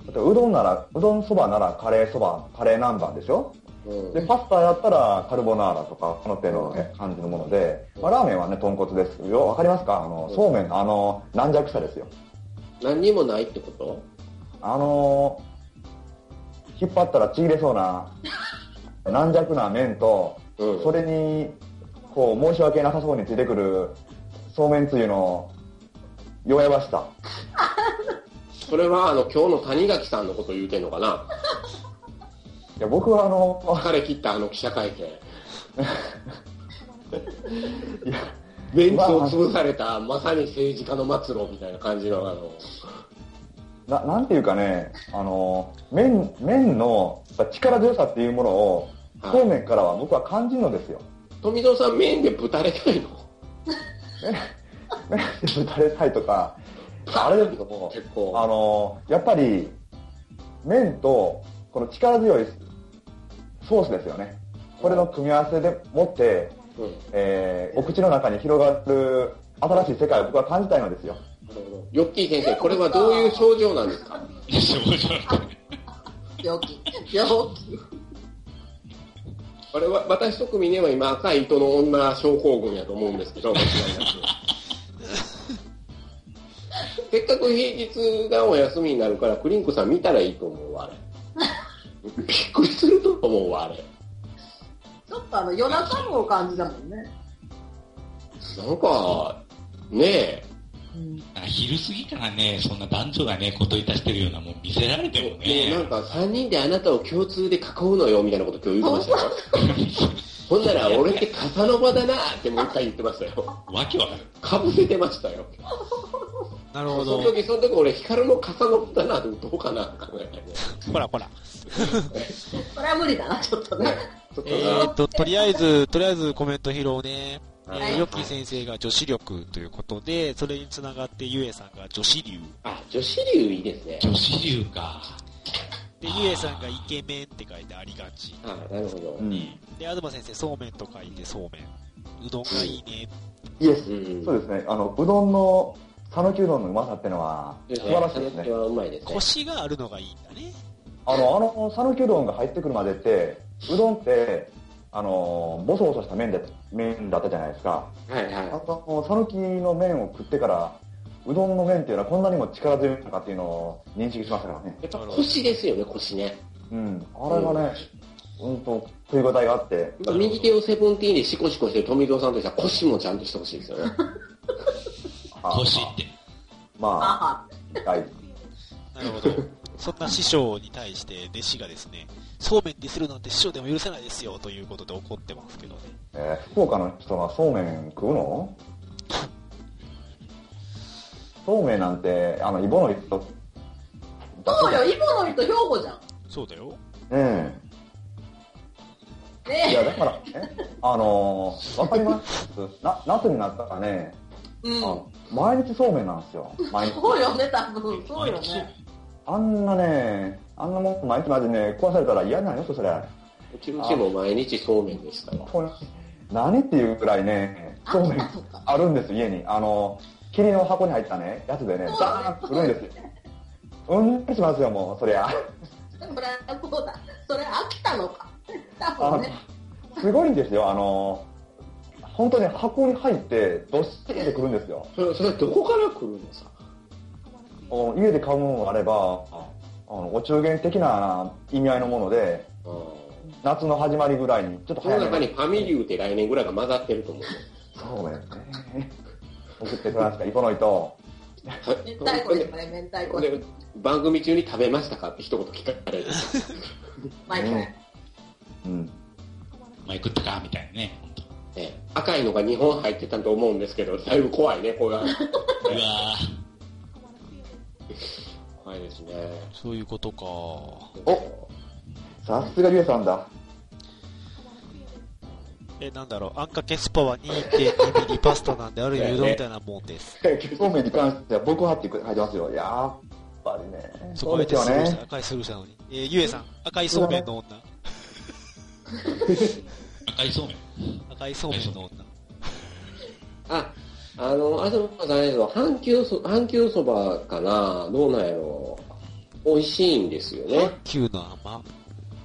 Speaker 1: 例えばうどんなら、うどんそばならカレーそば、カレー南蛮でしょ
Speaker 4: うん。
Speaker 1: で、パスタやったらカルボナーラとか、この手のね感じのもので、まあ、ラーメンはね、豚骨ですよ。わかりますかあの、そうめん、あの、軟弱さですよ。
Speaker 4: 何にもないってこと
Speaker 1: あのー引っ張ったらちぎれそう な、軟弱な麺と、
Speaker 4: うん。
Speaker 1: それに、こう、申し訳なさそうについてくる、そうめんつゆの、弱々しさ。
Speaker 4: それは、あの、今日の谷垣さんのこと言うてんのかな。
Speaker 1: いや、僕はあの、
Speaker 4: 疲れ切ったあの記者会見。
Speaker 1: いや
Speaker 4: ベンチを潰された、まさに政治家の末路みたいな感じの、あの、
Speaker 1: ななんていうかね、あの麺麺のやっぱ力強さっていうものを、
Speaker 4: はい
Speaker 1: そうめんからは僕は感じるのですよ。
Speaker 4: 富蔵さん麺でぶたれたいの
Speaker 1: 麺でぶたれたいとか、あれですけども、
Speaker 4: 結
Speaker 1: あ
Speaker 4: 構。
Speaker 1: のやっぱり麺とこの力強いソースですよね、これの組み合わせでもって、
Speaker 4: うん。な
Speaker 1: えーお口の中に広がる新しい世界を僕は感じたいのですよ。
Speaker 4: るほど。ヨッキー先生、これはどういう症状なんですか
Speaker 6: 少女
Speaker 3: 病気。病気。
Speaker 4: これは、私一組には今赤い糸の女症候群やと思うんですけど、間違いなく。せっかく平日がお休みになるから、クリンクさん見たらいいと思うわ、あれ。びっくりすると思うわ、あれ。
Speaker 3: ちょっとあの、夜中にも感じだもんね。
Speaker 4: なんか、ねえ、
Speaker 3: うん。
Speaker 6: なんか昼過ぎからね、そんな男女がね、こといたしてるようなもん見せられてもね
Speaker 4: もうなん、か3人であなたを共通で囲うのよみたいなこと今日言ってましたよ。ほんなら俺ってカサノバだなってもう一回言ってましたよ。
Speaker 6: わけわかる。
Speaker 4: かぶせてましたよ。
Speaker 2: なる
Speaker 4: その
Speaker 2: ほど。
Speaker 4: 時その時俺ヒカルのカサノバだなってどうかなって考えたよね。
Speaker 2: ほらほら。
Speaker 3: それは無理だな、ちょっとね。
Speaker 4: ちょっと
Speaker 2: え
Speaker 4: な、
Speaker 2: ーっと、とりあえず、とりあえずコメント拾うね。え
Speaker 4: は
Speaker 2: ー、
Speaker 4: い
Speaker 2: ヨッキー先生が女子力ということで、それにつながってゆえさんが女子流。
Speaker 4: あ、女子流いいですね。
Speaker 6: 女子流か。
Speaker 2: で、ゆえさんがイケメンって書いてありがち。
Speaker 4: あ、なるほど。
Speaker 1: うん、
Speaker 2: で、東先生、そうめんと書いてそうめん。うどんがいいね。
Speaker 1: イエス
Speaker 4: うん
Speaker 1: そうですね、あのうどんの讃岐うどんのうまさってのは
Speaker 4: で
Speaker 1: 素
Speaker 4: す
Speaker 1: 晴らしいですね。
Speaker 4: はうまいですね
Speaker 2: コ。シがあるのがいいんだね。
Speaker 1: あの、あの、讃岐うどんが入ってくるまでって、うどんって、あの、ボソボソした麺だ麺だったじゃないですか。
Speaker 4: はいはい
Speaker 1: あ。の、讃岐の麺を食ってから、うどんの麺っていうのはこんなにも力強いのかっていうのを認識しましたからね。
Speaker 4: やっぱ腰ですよね、腰ね。
Speaker 1: うん。あれがね、うんと食い応えがあって、
Speaker 4: 右手をセブンティーンでシコシコしてる富蔵さんとしては腰もちゃんとしてほしいですよね。
Speaker 1: あ
Speaker 6: 腰って。
Speaker 1: ま
Speaker 3: あ
Speaker 1: あ、はい。
Speaker 2: なるほど。そんな師匠に対して弟子がですね、そうめんディスるなんて師匠でも許せないですよということで怒ってますけどね。
Speaker 1: えー福岡の人がそうめん食うのそうめんなんて、あの、イボの人、
Speaker 3: あ。そうよ、イボの人兵庫じゃん。
Speaker 2: そうだよ。
Speaker 1: うん。い
Speaker 3: ね
Speaker 1: や、だから、ね、あのーわかりますな、夏になったらね、
Speaker 3: うん。
Speaker 1: あ毎日そうめんなんですよ。毎日。
Speaker 3: そうよね、多分。そうよ
Speaker 6: 毎日
Speaker 3: ね。
Speaker 1: あんなね、あんなもん毎日までね、壊されたら嫌なんよ、それ。
Speaker 4: うちうちも毎日そうめんですから。
Speaker 1: これ何っていうくらいね、
Speaker 3: あ
Speaker 1: そうめん
Speaker 3: あそうか
Speaker 1: あるんです、家に。あの、霧の箱に入ったね、やつでね、
Speaker 3: そう
Speaker 1: ザーン来るんですよ。うんちしますよ、もう、そりゃ。
Speaker 3: それはこうだ。それ飽きたのか。多分ね。
Speaker 1: すごいんですよ、あの、本当に箱に入って、どっしりで来るんですよ。
Speaker 4: それ、それどこから来るのさ。
Speaker 1: お家で買うものもあれば、あのお中元的な意味合いのもので、
Speaker 4: あー
Speaker 1: 夏の始まりぐらいに、ちょっと
Speaker 4: この
Speaker 1: 早
Speaker 4: 中
Speaker 1: め
Speaker 4: に
Speaker 1: に。
Speaker 4: ファミリューって来年ぐらいが混ざってると思うよ。
Speaker 1: そうやね。送ってくれました、イコノイと。
Speaker 3: 明太子ですかね、明太
Speaker 4: ほ
Speaker 3: 子
Speaker 4: ん。で番組中に食べましたかって一言聞かれる。
Speaker 3: 毎回。
Speaker 1: うん。
Speaker 6: 前食ったかみたいなね。ほんと
Speaker 4: ね赤いのが2本入ってたと思うんですけど、だいぶ怖いね、これ は。
Speaker 6: うわ
Speaker 4: 怖いですね。
Speaker 2: そういうことか。
Speaker 4: お
Speaker 1: さすがリュウさん だ。
Speaker 2: え、なんだろう、あんかけスパは2.2ミリパスタなんで、ある意味うどんみたいなもんです。
Speaker 1: そうめんに関しては僕はって書いてますよ。やっぱりね。
Speaker 2: そこで
Speaker 1: ですよ
Speaker 2: スルーした、
Speaker 1: ね。
Speaker 2: 赤いスルーしたのに。えーゆえさん、赤いそうめんの女。
Speaker 6: 赤いそうめん。
Speaker 2: 赤いそうめんの女。
Speaker 4: あ、あの、あずまさんですけど、阪急そ、阪急そばかなどうなんやろう。美味しいんですよね。
Speaker 2: 旧の甘。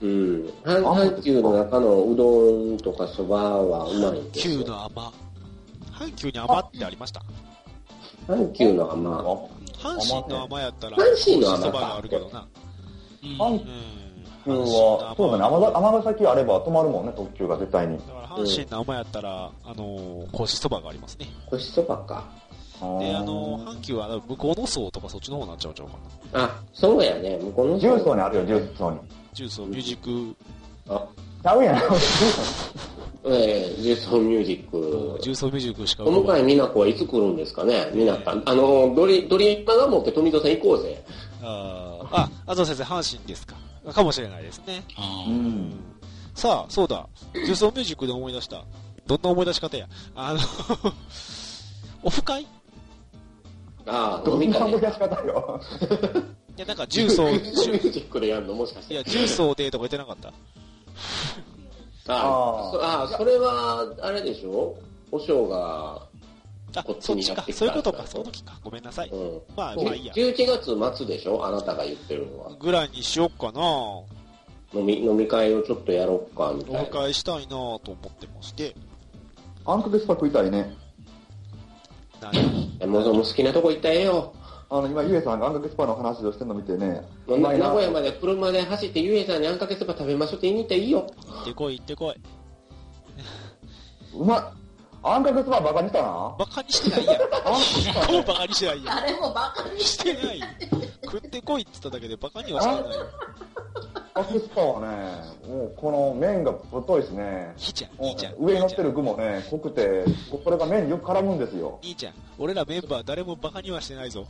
Speaker 4: うん。阪阪急の中のうどんとかそばはうまいんです
Speaker 2: 旧
Speaker 4: よ。
Speaker 2: の甘。阪急に甘ってありました
Speaker 4: 阪急の甘。
Speaker 2: 阪神の甘やったら、
Speaker 4: 阪神の甘か
Speaker 2: そばがあるけどな。
Speaker 1: 阪
Speaker 2: うん。阪
Speaker 1: 急
Speaker 2: 神
Speaker 1: は、そうだね、
Speaker 2: の甘。
Speaker 1: 尼崎あれば止まるもんね、特急が絶対に。
Speaker 2: だから阪神の甘やったら、あのー、こしそばがありますね。
Speaker 4: こしそばか。
Speaker 2: で、あのー、阪急は向こうの層とかそっちの方になっちゃうんちゃうかな。
Speaker 4: あ、そうやね。向こうの
Speaker 1: 重
Speaker 4: 人
Speaker 1: 曹にあるよ、重曹に。
Speaker 2: ジュースをミュージック、
Speaker 4: あ、
Speaker 1: ちゃうやん。
Speaker 4: ええ重曹ミュージック。
Speaker 2: ジュースをミュージックしか
Speaker 4: この回美奈子はいつ来るんですかね美奈子。あの、ドリ、ドリエマが持って富戸さん行こうぜ。
Speaker 2: あーあ、あと先生、阪神ですか。かもしれないですね。
Speaker 6: あ
Speaker 1: う
Speaker 6: ー
Speaker 1: ん。
Speaker 2: さあ、そうだ。重曹ミュージックで思い出した。どんな思い出し方や。あの、 オフ会い
Speaker 4: ああ、
Speaker 1: ど
Speaker 4: 飲
Speaker 1: ん
Speaker 4: み
Speaker 1: な
Speaker 4: 会
Speaker 1: 思
Speaker 4: で
Speaker 1: い。出し方よ。
Speaker 2: や、なんか重曹、
Speaker 4: ミュ
Speaker 2: 重
Speaker 4: ージックでやるのもしかし
Speaker 2: い
Speaker 4: て。
Speaker 2: や、重曹でとか言ってなかった。
Speaker 4: あ
Speaker 1: あ
Speaker 4: そああ、それは、あれでしょお正が、
Speaker 2: あ
Speaker 4: こっ、ち
Speaker 2: そっ
Speaker 4: に
Speaker 2: ち
Speaker 4: や
Speaker 2: か
Speaker 4: っ。てきた
Speaker 2: そういうことか。その時か。ごめんなさい。
Speaker 4: うん。
Speaker 2: まあ、まあいいや。
Speaker 4: 11月末でしょあなたが言ってるのは。
Speaker 2: ぐらいにしよっかな。オ
Speaker 4: 飲み、飲み会をちょっとやろうか、みたいな。
Speaker 2: フ会したいなと思ってまして。
Speaker 1: あんかけスパ食いたいね。
Speaker 2: 何
Speaker 4: もうその好きなとこ行ったらええよ。
Speaker 1: あの、今、ゆえさんがあんかけスパの話をしてんの見てね。
Speaker 4: 名
Speaker 1: うまいな
Speaker 4: 古屋まで車で走って、ゆえさんにあんかけそば食べましょうって言いに行ったらいいよ。
Speaker 2: 行ってこい、行ってこい。
Speaker 1: うまい。あんかけスパバカにしたな。
Speaker 2: バカにしてないやん。もうバカにしてないやん。
Speaker 3: 誰もバカにし
Speaker 2: してない。食ってこいって言っただけでバカにはしてないよ。
Speaker 1: あんかけスパはね、もうこの麺が太いしね。
Speaker 2: いいじゃん、い
Speaker 1: も
Speaker 2: いじゃん。
Speaker 1: う上に乗ってる具もね、濃くて、これが麺によく絡むんですよ。
Speaker 2: いいじゃん。俺らメンバー誰もバカにはしてないぞ。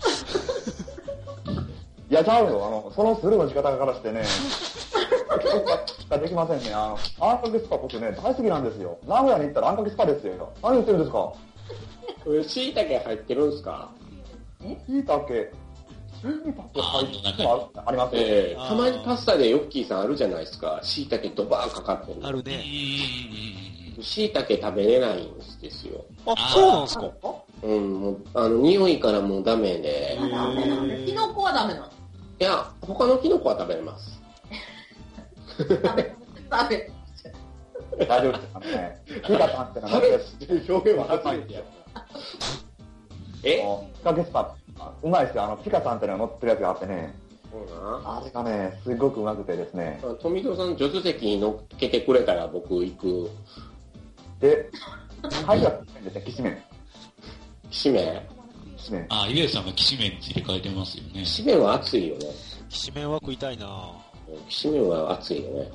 Speaker 1: いや、ちゃうよ。あの、そのスルーの仕方からしてね、僕はできませんね。あの、あんかけスパ僕ね、大好きなんですよ。名古屋に行ったらあんかけスパですよ。何言ってるんですか
Speaker 4: しいたけ入ってるんすか
Speaker 1: 椎茸、椎茸入ってあありますよ。
Speaker 4: ええ
Speaker 2: あー
Speaker 4: たまにパスタでヨッキーさんあるじゃないですか。しいたけドバーンかかってる。
Speaker 2: ある
Speaker 6: うんうん
Speaker 2: ね。
Speaker 6: うんうん。
Speaker 4: しいたけ食べれないんですよ。
Speaker 2: あ、そうなんすか。
Speaker 4: うん、もう、あの、匂いからもうダメで。
Speaker 3: たダメなの。キノコはダメなの。
Speaker 4: いや、他のキノコは食べれます。
Speaker 3: ダメ。ダメ。
Speaker 1: 大丈夫ですかね。椎茸って名
Speaker 4: 食
Speaker 1: 前
Speaker 4: べ
Speaker 1: で
Speaker 4: る
Speaker 1: す。
Speaker 4: っていう表現は初めてやった。 え
Speaker 1: あのあんかけスパ、あうまいですよ。あの、ピカさんってのが乗ってるやつがあってね、
Speaker 4: そうな。
Speaker 1: あれがね、すごくうまくてですね。
Speaker 4: 富蔵さん、助手席に乗っけてくれたら僕行く。
Speaker 1: で、入ったんですね、きしめん。
Speaker 4: しめ
Speaker 1: きしめん。
Speaker 6: あー、ゆえさんがきしめんついて書いてますよね。
Speaker 4: きしめんは熱いよね。
Speaker 2: きしめんは食いたいな
Speaker 4: きしめんは熱いよね。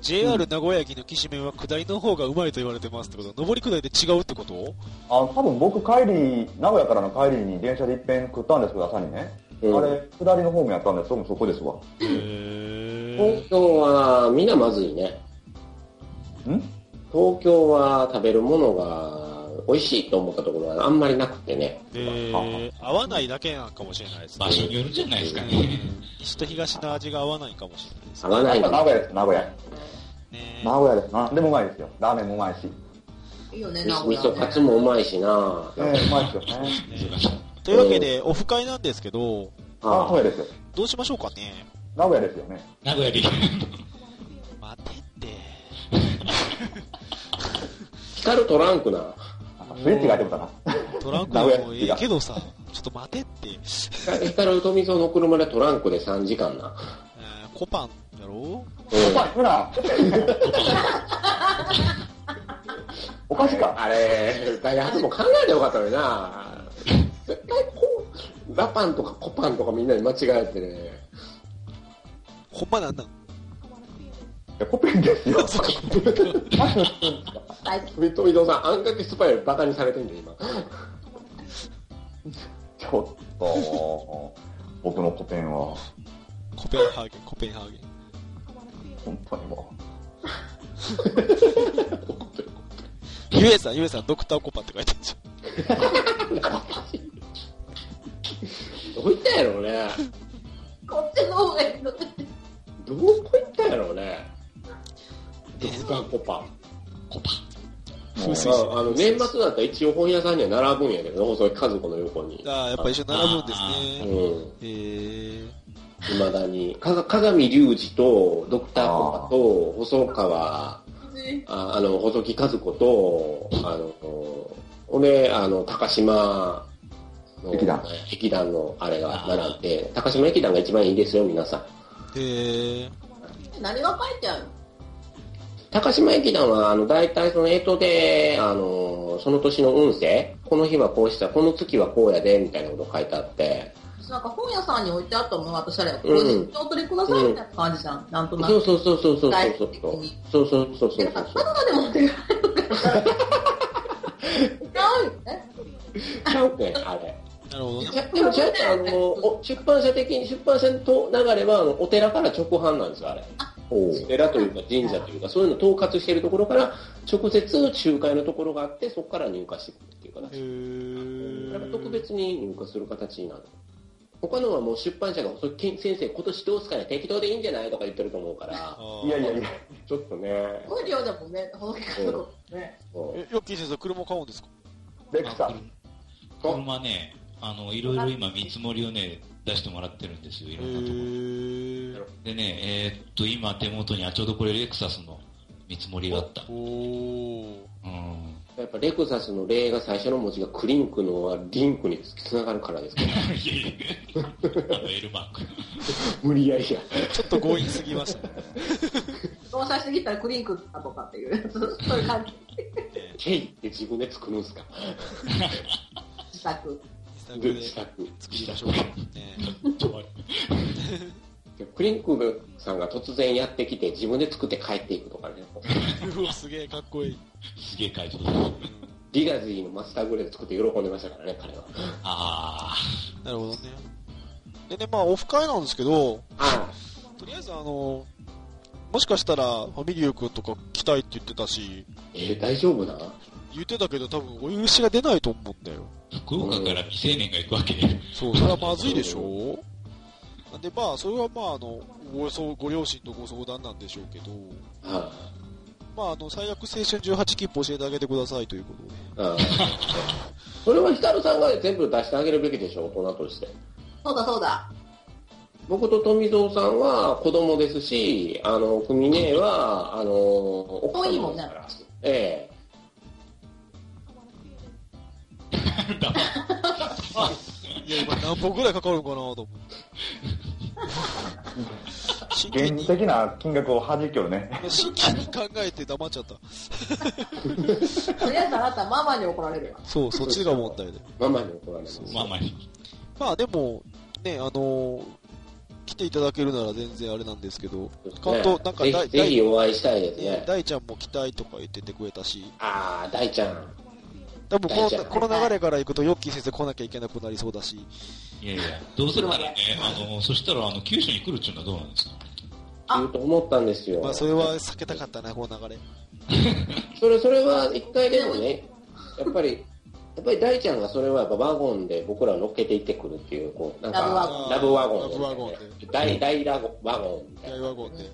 Speaker 2: JR 名古屋駅のきしめんは下りの方がうまいと言われてますってこと上り下りで違うってこと
Speaker 1: あの多分僕帰り、名古屋からの帰りに電車で一遍食ったんですけど、朝にね。
Speaker 4: うん
Speaker 1: あれ、下りのホームやったんです、多分そこですわ。
Speaker 2: へ
Speaker 4: 東
Speaker 2: ー
Speaker 4: 京は、みんなまずいね。
Speaker 1: ん
Speaker 4: 東京は食べるものが美味しいと思ったところはあんまりなくてね。
Speaker 2: えー、合わないだけなのかもしれないですね
Speaker 6: 場。所によるんじゃないですか
Speaker 2: うん
Speaker 6: ね。
Speaker 2: 西と東の味が合わないかもしれないです
Speaker 4: 合わない
Speaker 1: やっぱ名
Speaker 4: の
Speaker 1: 古屋です、名古屋。
Speaker 2: ね。
Speaker 1: 名古屋です。なんでもうまいですよ。ラーメンもうまいし。ね
Speaker 3: いいよね、
Speaker 4: 味
Speaker 3: 名古屋ね
Speaker 4: 噌カツもうまいしな
Speaker 1: えうまいですよね。
Speaker 2: というわけで、オフ会なんですけど、
Speaker 1: あ、名
Speaker 4: は
Speaker 1: 古屋ですよ。
Speaker 2: どうしましょうかね。
Speaker 1: 名古屋ですよね。
Speaker 6: 名古屋で。
Speaker 2: 待てって。
Speaker 4: い。光るトランクな。
Speaker 1: あスイッチが入ってもたな。
Speaker 2: トランクでもええけどさ、ちょっと待てって。え
Speaker 4: 光る富蔵の車でトランクで3時間な。
Speaker 2: ーコパンだろ
Speaker 4: うん
Speaker 1: お前、ほら。おかしいか。
Speaker 4: あれ、ダイハツも考えてよかったのにな。絶対こう、ラパンとかコパンとかみんなに間違えてね。
Speaker 2: ほんまなんなん
Speaker 1: いやコピーですよ。
Speaker 3: はい
Speaker 4: 富蔵さん、あんかけスパイよりバカにされてんで、今。
Speaker 1: ちょっともう、僕のコペンは、
Speaker 2: コペンハーゲン、コペンハーゲン。
Speaker 1: 本当にも
Speaker 2: ゆえさん、ゆえさん、ドクターコパンって書いてあるじゃん。
Speaker 4: どこ行ったんやろうね。
Speaker 3: こっちの方がいいのね。
Speaker 4: どこ行ったんやろうね。
Speaker 2: え
Speaker 4: ドクターコパン。
Speaker 6: コパ。
Speaker 1: う、
Speaker 2: 風水
Speaker 4: まあ、あの年末だったら一応本屋さんには並ぶんやけどな、細い和子の横に。
Speaker 2: ああ、やっぱ一緒に並ぶんです
Speaker 4: う
Speaker 2: ね。
Speaker 4: ん。
Speaker 2: えー、
Speaker 4: 未だに。かが鏡隆二と、ドクターコパと、細川、ああの、細木和子と、あの、俺、あの、高島の
Speaker 1: 劇団。
Speaker 4: 劇団のあれが並んで、高島劇団が一番いいですよ、皆さん。
Speaker 2: えー、
Speaker 3: 何が書いてあるの
Speaker 4: 高島駅団は、あの、大体その、えとで、あの、その年の運勢、この日はこうした、この月はこうやで、みたいなこと書いてあって、
Speaker 3: なんか本屋さんに置いてあったもの私あれ、
Speaker 4: うん
Speaker 3: ご実況取りくださいみたいな感じじゃん。なんとな
Speaker 4: そう
Speaker 3: く。
Speaker 4: そうそうそうそう
Speaker 3: 大体的
Speaker 4: そう
Speaker 3: に。
Speaker 4: そうそうそうそう
Speaker 3: で
Speaker 4: そ
Speaker 3: なん
Speaker 4: う
Speaker 3: か、。バナナでも手が入るから。違うよね。
Speaker 4: ちゃうけんあれ。
Speaker 2: なるほどね。
Speaker 4: でも、ちゃうと、あ の、お出版社的に、出版社の流れは、あの、お寺から直販なんですよ、あれ。お寺というか神社というか、そういうの統括しているところから、直接仲介のところがあって、そこから入荷してくるっていう
Speaker 2: え
Speaker 4: 形。なんか
Speaker 2: ー、
Speaker 4: 特別に入荷する形になる。他のはもう出版社が、そ先生、今年どうすかね、適当でいいんじゃないとか言ってると思うから、
Speaker 2: あー
Speaker 1: いやいやいや、
Speaker 4: ちょっとね
Speaker 3: す、ごい量だもんね、この企画のね。
Speaker 4: そう
Speaker 2: えヨッキー先生、車買うんですか
Speaker 1: レクサ
Speaker 6: あ。車車ね、あの、いろいろ今見積もりをね、出してもらってるんですよ、い
Speaker 2: え
Speaker 6: ろんなところ。
Speaker 2: ー、
Speaker 6: でね、えーっと、今手元に、あ、ちょうどこれレクサスの見積もりがあった。
Speaker 2: おー。
Speaker 6: うん。
Speaker 4: やっぱレクサスの例が最初の文字がクリンクのはリンクにつながるからですけど、
Speaker 6: いやいやあの、エルマーク。
Speaker 4: 無理やりや。
Speaker 2: ちょっと強引すぎましたね。
Speaker 3: 納車してきたらクリンクだとかっていう、そういう感じ。
Speaker 4: ケイって自分で作るんすか
Speaker 3: 自作。
Speaker 4: で
Speaker 2: 自宅で
Speaker 4: 自作。
Speaker 2: 作りましょうか。ね
Speaker 4: クリンクさんが突然やってきて、自分で作って帰っていくとかね。
Speaker 2: うわ、すげえかっこいい。
Speaker 6: すげえ解像度。
Speaker 4: リガズィのマスターグレード作って喜んでましたからね、彼は。
Speaker 6: あ
Speaker 2: なるほどね。でね、まあ、オフ会なんですけど、
Speaker 4: あ
Speaker 2: とりあえず、あの、もしかしたら、ファミリュー君とか来たいって言ってたし、
Speaker 4: えー大丈夫な
Speaker 2: 言ってたけど、多分、お許しが出ないと思うんだよ。
Speaker 6: ー、福岡から未成年が行くわけで。
Speaker 2: そう、それはまずいでしょなんで、まあ、それはまあ、あの、ごそうご両親とご相談なんでしょうけど、
Speaker 4: あ
Speaker 2: まあ、あの、最悪青春18切符教えてあげてくださいということで。
Speaker 4: あそれはヒカルさんが全部出してあげるべきでしょ、大人として。
Speaker 3: そうだそうだ。
Speaker 4: 僕と富蔵さんは子供ですし、あの、組姉は、あの、奥
Speaker 3: 多
Speaker 4: さん
Speaker 3: い
Speaker 4: で
Speaker 3: もん
Speaker 4: す
Speaker 3: ね
Speaker 4: か。ら。ええ
Speaker 2: いや、今、何本ぐらいかかるのかなと思って。真
Speaker 1: 現
Speaker 2: 剣に
Speaker 1: 実、的な金額を弾きよるね。
Speaker 2: 真剣に考えて黙っちゃった。
Speaker 3: とりあえずあなた、ママに怒られるわ。
Speaker 2: そう、そっちが問題で。
Speaker 4: ママに怒られます。
Speaker 6: まあまあ、
Speaker 2: まあでも、ね、あのー来ていただけるなら全然あれなんですけど、関東、なんか
Speaker 4: ぜ
Speaker 2: 大、
Speaker 4: ひぜひ
Speaker 2: 大、
Speaker 4: お会いしたいです
Speaker 2: ね
Speaker 4: ね。
Speaker 2: 大ちゃんも来たいとか言っててくれたし、
Speaker 4: ああ、大ちゃん。
Speaker 2: 多分
Speaker 4: 大
Speaker 2: こ
Speaker 4: ちゃ
Speaker 2: の、
Speaker 4: ん
Speaker 2: この流れから行くと、ヨッキー先生来なきゃいけなくなりそうだし、
Speaker 6: いやいや、どうするからね、あの、そしたら、あの、九州に来るっていうのはどうなんですか
Speaker 3: あ
Speaker 4: 言うと思ったんですよ。
Speaker 2: まあそれは避けたかったな、この流れ。
Speaker 4: それ、それは一回でもね、やっぱり、やっぱり大ちゃんがそれはやっぱワゴンで僕らを乗っけていってくるっていう、こう、なん
Speaker 3: ラブ
Speaker 4: か、
Speaker 3: ワゴ
Speaker 4: ラブワゴン。
Speaker 2: ラブワゴンで。
Speaker 4: 大、大ラゴワゴンみたい
Speaker 2: 大
Speaker 4: な。
Speaker 2: ワゴンで。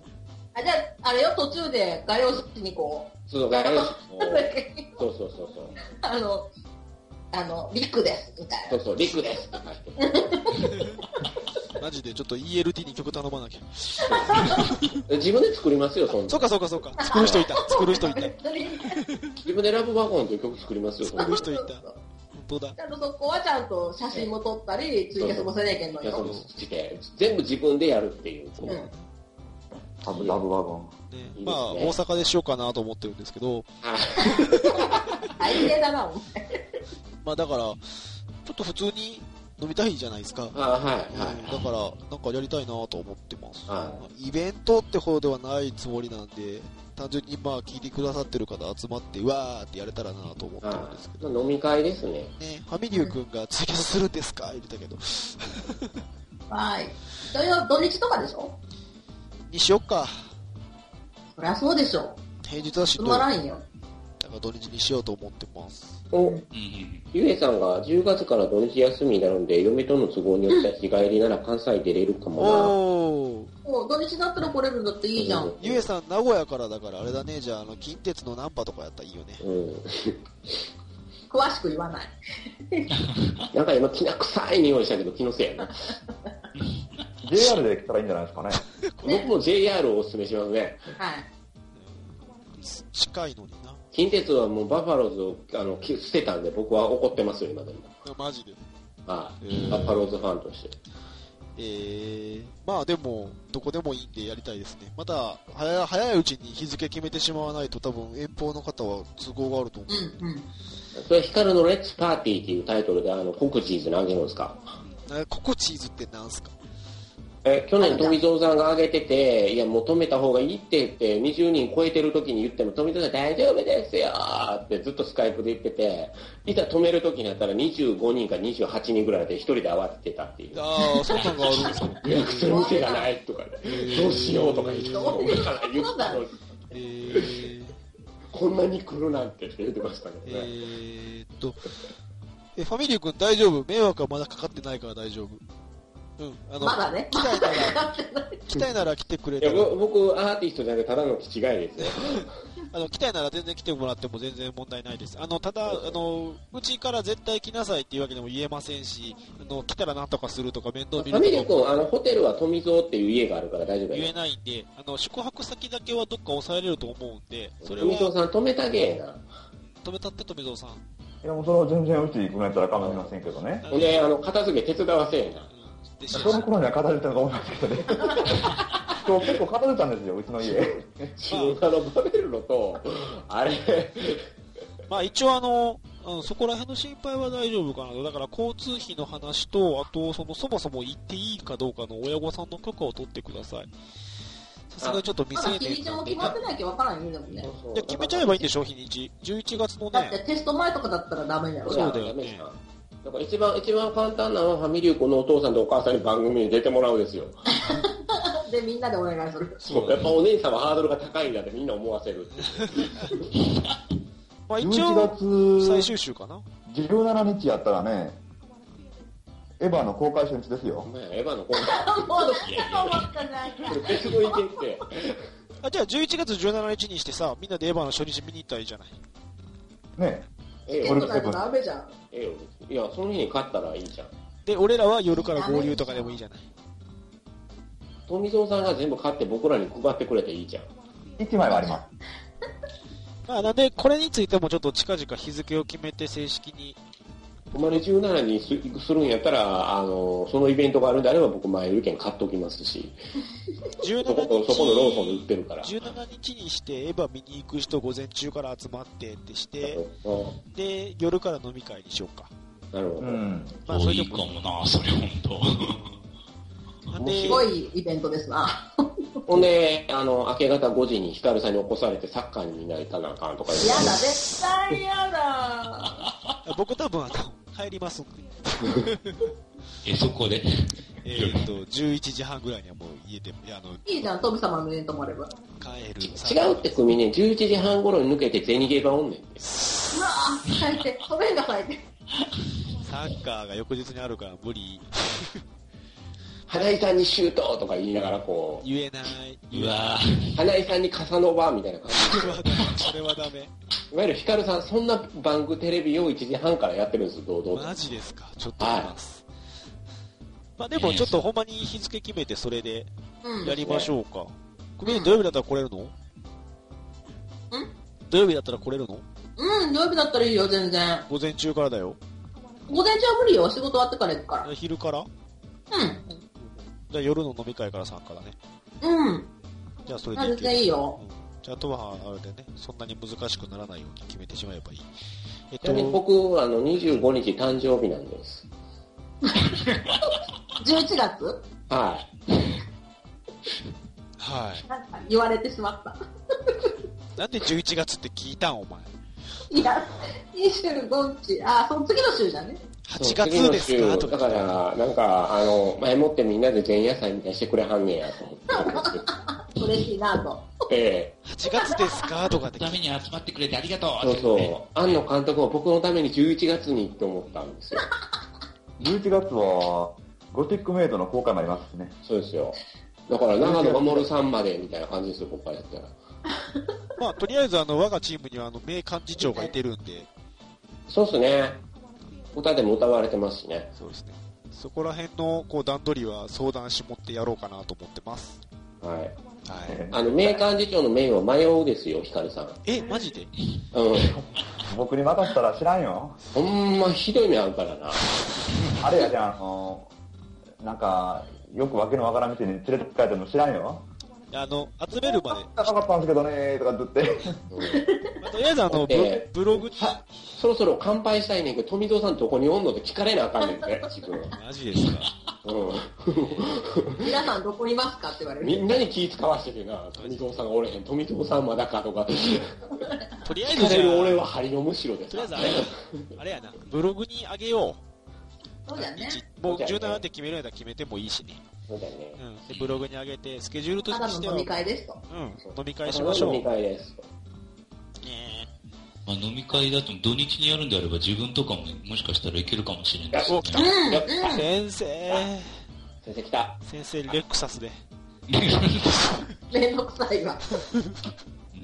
Speaker 3: あ、じゃあ、あれよ、途中で画用紙にこう、
Speaker 4: その外来
Speaker 3: なんだっけ
Speaker 4: そうそうそうそう。
Speaker 3: あの、あの、リクです、みたい
Speaker 4: そ
Speaker 3: な。
Speaker 4: うそう、リクですって書いて
Speaker 2: マジでちょっと ELT に曲頼まなきゃ。
Speaker 4: 自分で作りますよ、そん
Speaker 2: そ
Speaker 4: な
Speaker 2: う。かそうかそうか。作る人いた。作る人いた。本
Speaker 4: 自分でラブワゴンという曲作りますよ、そんな
Speaker 2: 作る人いた当だ。
Speaker 3: ちゃんとそこはちゃんと写真も撮ったり、ツイキャスもせねえけんの
Speaker 4: いや、そ
Speaker 3: よ。
Speaker 4: のして、全部自分でやるっていう。
Speaker 3: うん。
Speaker 1: ラブラブワゴン。
Speaker 4: い
Speaker 2: ね
Speaker 4: いですね
Speaker 2: まあ、大阪でしようかなと思ってるんですけど、
Speaker 4: あ
Speaker 3: 大変だな、お前。
Speaker 2: まあだから、ちょっと普通に飲みたいじゃないですか。
Speaker 4: あ、はい、は
Speaker 2: うんだ
Speaker 4: い。
Speaker 2: から、なんかやりたいなと思ってます。
Speaker 4: は
Speaker 2: イベントってほどではないつもりなんで、単純にまあ聞いてくださってる方集まって、うわーってやれたらなと思ってるんですけど、
Speaker 4: はい。飲み会ですね。
Speaker 2: ね、ファミリュー君がツイキャスするんですか言ってたけど、
Speaker 3: はい。土曜、土日とかでしょ
Speaker 2: にしよっか。
Speaker 3: そりゃそうでしょ。
Speaker 2: 平日はし
Speaker 3: つ
Speaker 2: んど
Speaker 3: ま
Speaker 2: い。だ
Speaker 3: ら
Speaker 2: か
Speaker 3: んよ。
Speaker 2: ら土日にしようと思ってます。
Speaker 4: お、
Speaker 6: うん
Speaker 4: ゆえさんが10月から土日休みになるんで、嫁との都合によっては日帰りなら関西出れるかも
Speaker 2: おー。
Speaker 3: もう土日だったら来れるんだっていいじゃん。
Speaker 2: ゆえさん、名古屋からだから、あれだね、じゃあ、あの、近鉄のナンパとかやったらいいよね。
Speaker 4: な。うん。
Speaker 3: 詳しく言わない。
Speaker 4: なんか今、きな臭い匂いしたけど気のせいやな。
Speaker 1: JR で来たらいいんじゃないですかね。
Speaker 4: 僕も JR をおすすめしますね。
Speaker 3: はい。
Speaker 2: 近いのにな。
Speaker 4: 近鉄はもうバファローズをあのき捨てたんで、僕は怒ってますよ、今でも。
Speaker 2: マジで。
Speaker 4: はい、
Speaker 2: うん
Speaker 4: バファローズファンとして。
Speaker 2: えー、まあでも、どこでもいいんでやりたいですね。また、早早いうちに日付決めてしまわないと、多分遠方の方は都合があると思う。
Speaker 3: うんうん。
Speaker 4: それ、ヒカルのレッツパーティーっていうタイトルで、あの、コクジーズにあげるんですか
Speaker 2: なココチーズってなんすか
Speaker 4: え、去年、富蔵さんが上げてて、いや、もう止めた方がいいって言って、20人超えてる時に言っても、富蔵さん大丈夫ですよーってずっとスカイプで言ってて、いざ止める時になったら25人か28人ぐらいで一人で慌ててたっていう。
Speaker 2: ああ、そんなんがあるんですか。
Speaker 4: 予約する店がないとかで、どうしようとか言って、
Speaker 3: どう
Speaker 4: 俺から言ってたのに
Speaker 2: えー、
Speaker 4: こんなに来るなんてって言ってましたけど
Speaker 2: え
Speaker 4: ね。
Speaker 2: ーっと、え、ファミリー君大丈夫迷惑はまだかかってないから大丈夫。うん、あの、
Speaker 3: まだね。
Speaker 2: 来たいなら、来たいなら来てくれ
Speaker 4: い
Speaker 2: た
Speaker 4: や、
Speaker 2: ら、
Speaker 4: ぼ僕、アーティストじゃなくて、ただの気違いですね。
Speaker 2: あの、来たいなら全然来てもらっても全然問題ないです。あの、ただ、あの、うちから絶対来なさいっていうわけでも言えませんし、あの、来たらなんとかするとか面倒見
Speaker 4: ファミリ
Speaker 2: ると
Speaker 4: ー
Speaker 2: かも
Speaker 4: 君、あの、ホテルは富蔵っていう家があるから大丈夫
Speaker 2: 言
Speaker 4: や
Speaker 2: え
Speaker 4: よ。
Speaker 2: ないんで、あの、宿泊先だけはどっか抑えれると思うんで、それ
Speaker 4: 富蔵
Speaker 2: は、
Speaker 4: さん止めたげえな。
Speaker 2: 止めたって富蔵さん。
Speaker 1: いや、もうそれは全然うち行くのやったら構いませんけどね。
Speaker 4: ほんで、あの、片付け手伝わせえな。
Speaker 2: うんで、し
Speaker 1: その頃には片付いたのか思いますけど ね。今日結構片付いたんですよ、うちの家。
Speaker 4: 自分あの、バベルロと、あれ、
Speaker 2: まあ一応あの、うん、そこら辺の心配は大丈夫かなと。だから交通費の話と、あと、その、そもそも行っていいかどうかの親御さんの許可を取ってください。さすがにちょっと未
Speaker 3: まだ
Speaker 2: 成
Speaker 3: 日に
Speaker 2: 年
Speaker 3: ち
Speaker 2: な
Speaker 3: も
Speaker 2: んで。
Speaker 3: 決
Speaker 2: い
Speaker 3: まってないけど分からんよね、でもね。
Speaker 2: や、決めちゃえばいいんでしょ、日にち。11月の
Speaker 3: だって
Speaker 2: ね。
Speaker 3: テスト前とかだったらダメやろ。
Speaker 2: そうだよね
Speaker 4: ダメじゃんだから一番、一番簡単なのは、ファミリー君のお父さんとお母さんに番組に出てもらうですよ。
Speaker 3: で、みんなでお願いする。
Speaker 6: そう
Speaker 4: やっぱお姉さんはハードルが高いんだってみんな思わせるっていう。
Speaker 2: まあ一応、最
Speaker 1: 11月
Speaker 2: 終週かな。
Speaker 1: 17日やったらね、エヴァの公開初日ですよ
Speaker 4: お。前、エヴァの今
Speaker 3: もう、思ったじゃん
Speaker 4: 度、別の意見って。
Speaker 2: あ、じゃあ11月17日にしてさ、みんなでエヴァの初日見に行ったらいいじゃない。
Speaker 1: ね。
Speaker 4: ええ
Speaker 3: チケ
Speaker 4: よ
Speaker 3: ットないとダメじゃん。
Speaker 4: ええよ。いや、その日に勝ったらいいじゃん。
Speaker 2: で、俺らは夜から合流とかでもいいじゃない。
Speaker 4: 富蔵さんが全部買って僕らに配ってくれていいじゃん。
Speaker 1: 1枚はあります。
Speaker 2: まあなんで、これについてもちょっと近々日付を決めて正式に
Speaker 4: 生まれ17にすするんやったら、あの、そのイベントがあるんであれば僕前売り券買っときますし、
Speaker 2: 17
Speaker 4: そこと
Speaker 2: 日
Speaker 4: そこのローソンで売ってるから。
Speaker 2: 17日にしてエヴァ見に行く人午前中から集まってってして
Speaker 4: うん
Speaker 2: で夜から飲み会にしようか
Speaker 4: なるほど。
Speaker 1: うん。
Speaker 2: まあ
Speaker 6: 多
Speaker 2: それで
Speaker 6: いか
Speaker 2: も
Speaker 6: もな、それ本
Speaker 2: なん
Speaker 4: 面
Speaker 2: です
Speaker 3: ごいイベントですな。
Speaker 4: ほんで、あの、明け方5時にヒカルさんに起こされてサッカーに見ないかなあかんとか言
Speaker 3: やだ、絶対やだ。
Speaker 2: 僕多分あの帰りますんで
Speaker 6: 当。え、そこで。
Speaker 2: えーっと11時半ぐらいにはもう家でいやあの
Speaker 3: いいじゃん、トム様の家に泊まれば。
Speaker 2: 帰る
Speaker 4: 違うって組ね、11時半頃に抜けて銭ゲーがおんねんて。
Speaker 3: うわぁ、咲いて、ソ連が咲いて。
Speaker 2: サッカーが翌日にあるから無理。
Speaker 4: 花井さんにシュートとか言いながらこ
Speaker 2: 言えない。
Speaker 6: うわ
Speaker 4: う、花井さんにカサノバみたいな感
Speaker 2: それはダメ。それはダメ。
Speaker 4: じ。いわゆるヒカルさん、そんな番組テレビを1時半からやってるんです、堂々と。
Speaker 2: マジですか。ちょっと見ます。まあでもちょっとほんまに日付決めてそれで
Speaker 3: うん。
Speaker 2: やりましょうか。組に土曜日だったら来れるのん土曜日だったら来れるの
Speaker 3: うん、土曜日だったらいいよ、全然。
Speaker 2: 午前中からだよ。
Speaker 3: 午前中は無理よ、仕事終わってから行くか
Speaker 2: 昼から
Speaker 3: ら。
Speaker 2: じゃあ夜の飲み会から参加だね。
Speaker 3: うん。うん。
Speaker 2: じゃあそれで
Speaker 3: あ、全
Speaker 2: ける
Speaker 3: 然いいよ
Speaker 2: う。んじゃあ、あとは、あれでね、そんなに難しくならないように決めてしまえばいい。えっ
Speaker 4: ちなみに
Speaker 2: と、
Speaker 4: 僕、あの、25日誕生日なんです。
Speaker 3: 11月
Speaker 4: は
Speaker 2: はい。
Speaker 3: なんか言われてしまった。
Speaker 2: なんで11月って聞いたん、お前。
Speaker 3: いや、25日、あ、その次の週だね。
Speaker 4: い。
Speaker 2: 8月で
Speaker 4: そ
Speaker 2: す
Speaker 4: う次の週
Speaker 2: かと
Speaker 4: だ
Speaker 2: か
Speaker 4: か
Speaker 2: 聞いたん。
Speaker 4: ら、なんか、あの、前もってみんなで前夜祭みたいにしてくれはんねやと思っ
Speaker 3: 嬉しいなと。
Speaker 4: て。え
Speaker 2: 8月ですかとかっ
Speaker 6: ー
Speaker 2: て聞
Speaker 6: た
Speaker 2: い
Speaker 6: めに集まってくれてありがとう
Speaker 4: えそうそう。庵野監督は僕のために11月にって思ったんですよ。
Speaker 1: 11月は、ゴティックメイドの効果になりますしね。
Speaker 4: そうですよ。だから、長野守さんまでみたいな感じですよ、僕はやったら。
Speaker 2: たまあ、とりあえず、あの、我がチームには、あの、名幹事長がいてるんで、
Speaker 4: そうっすね。歌でも歌われてますしね。
Speaker 2: そうですね。そこら辺の、こう、段取りは相談し持ってやろうかなと思ってます。
Speaker 4: はい。
Speaker 2: はい。
Speaker 4: あの、名幹事長の名は迷うですよ、ヒカルさん。
Speaker 2: え、マジで
Speaker 4: うん。
Speaker 1: 僕に任せたら知らんよ。
Speaker 4: ほんまひどい目あるからな。
Speaker 1: あれやじゃん、あの、なんか、よくわけのわからん店に連れて帰っても知らんよ。
Speaker 2: あの、集めるまで、
Speaker 1: 高かったんですけどねーとかずって。
Speaker 4: うん
Speaker 2: まあとりあえず、あの、ブロブログに、
Speaker 4: さそろそろ乾杯したいねんけど、富蔵さんどこにおんのって聞かれなあかんねんね、自分。
Speaker 2: マジですか
Speaker 4: う
Speaker 3: 皆さんどこいますかって言われ
Speaker 4: ん。
Speaker 3: る。
Speaker 4: みんなに気使わせてるな、富蔵さんがおれへん、富蔵さんまだかとか。
Speaker 2: とりあえ
Speaker 4: 聞
Speaker 2: ず
Speaker 4: か
Speaker 2: じゃ
Speaker 4: れる俺
Speaker 2: あ、
Speaker 4: は針のむしろで
Speaker 2: と
Speaker 4: す
Speaker 2: りあえずあれやな、あれやな、ブログにあげよう。
Speaker 3: そうだね。
Speaker 2: もう17って決めるやったら決めてもいいしね。
Speaker 4: そうだよね
Speaker 2: う。ん。で、ブログに上げて、スケジュールと
Speaker 3: ただ
Speaker 2: して
Speaker 3: の
Speaker 2: は、う
Speaker 3: 飲
Speaker 2: ん。
Speaker 3: み
Speaker 2: 飲
Speaker 3: 会ですと。
Speaker 2: み会しましょう。
Speaker 4: 飲み
Speaker 2: ね
Speaker 4: 会です。
Speaker 6: まあ、飲み会だと土日にやるんであれば自分とかももしかしたらいけるかもしれないです、
Speaker 2: お、来た
Speaker 3: うん、うん。
Speaker 4: やっ
Speaker 2: え先生、
Speaker 4: 先生来た。
Speaker 2: 先生、レクサスで。
Speaker 3: めんどくさいわ。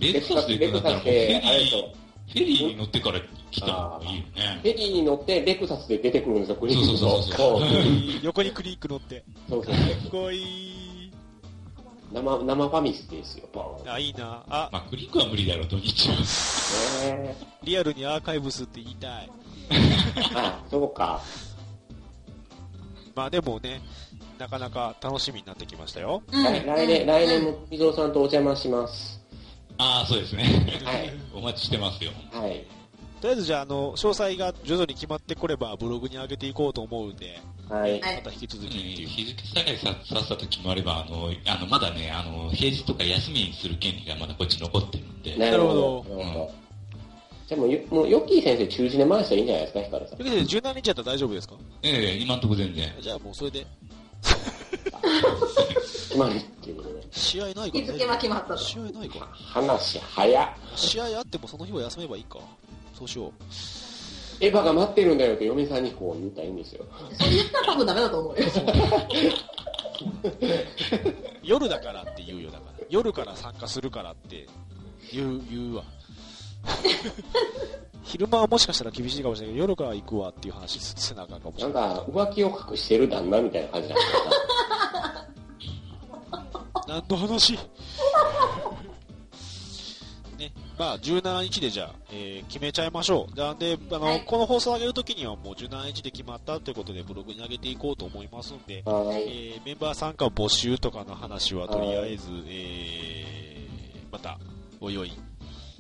Speaker 6: レ
Speaker 4: レ
Speaker 6: ク
Speaker 4: クサ
Speaker 6: サス
Speaker 4: ス、
Speaker 6: で
Speaker 4: レ
Speaker 6: 行く
Speaker 4: ク
Speaker 6: んだっ
Speaker 4: サス
Speaker 6: たらもうフェリ
Speaker 4: で、あれで
Speaker 6: ー
Speaker 4: しょ。
Speaker 6: フェリーに乗ってから来た方がいいよね
Speaker 4: フ。ェリーに乗って、レクサスで出てくるんですよ、クリック
Speaker 6: そうそうそうそう
Speaker 2: 横にクリック乗って。
Speaker 4: そうそうそう
Speaker 2: すごい。
Speaker 4: 生、生ファミスですよ、ボーン。
Speaker 2: あ、いいな。あ、
Speaker 6: まあ、クリックは無理だろう、土日は。
Speaker 4: ね
Speaker 2: リアルにアーカイブスって言いたい。
Speaker 4: えあ、そうか。
Speaker 2: まあでもね、なかなか楽しみになってきましたよ。
Speaker 3: うん。
Speaker 4: 来来年、来年も富蔵さんとお邪魔します。
Speaker 6: ああ、そうですね。
Speaker 4: はい。
Speaker 6: お待ちしてますよ。
Speaker 4: はい。
Speaker 2: とりあえずじゃあ、あの、詳細が徐々に決まってこれば、ブログに上げていこうと思うんで、
Speaker 4: はい。
Speaker 2: また引き続きっていう。
Speaker 6: 日付さえささっさと決まれば、あの、あのまだね、あの、平日とか休みにする権利がまだこっち残ってるんで、
Speaker 4: な
Speaker 2: るほど
Speaker 4: るほど。じゃあもうよ、もう、ヨッキー先生中止で回したらいいんじゃないですか、ヒカルさん
Speaker 2: と。いうことで、17日だったら大丈夫ですか
Speaker 6: ええ、今んとこ全然。
Speaker 2: じゃあもうそれで、
Speaker 4: 決まるっていうことで。
Speaker 2: 試合ないから、ね。
Speaker 3: 日付は決まったと
Speaker 2: 試合ないから。
Speaker 4: 話早っ。
Speaker 2: 試合あってもその日は休めばいいか。そうしよう。
Speaker 4: エヴァが待ってるんだよって嫁さんにこう言ったらいいんですよ。
Speaker 3: それ言ったら多分ダメだと思 うよ。
Speaker 2: 夜だからって言うよ、だから。夜から参加するからって言う、言 うわ。昼間はもしかしたら厳しいかもしれないけど、夜から行くわっていう話せなあかんかもし
Speaker 4: な
Speaker 2: れ
Speaker 4: ん
Speaker 2: ない。
Speaker 4: か、浮気を隠してる旦那みたいな感じだっ
Speaker 2: 何の話 ね、まあ17日でじゃあ、えー決めちゃいましょう。なんで、あの、
Speaker 3: はい
Speaker 2: この放送を上げるときにはもう17日で決まったということでブログに上げていこうと思いますんで、
Speaker 4: た。はい。
Speaker 2: えーメンバー参加募集とかの話はとりあえず、えーまたお用意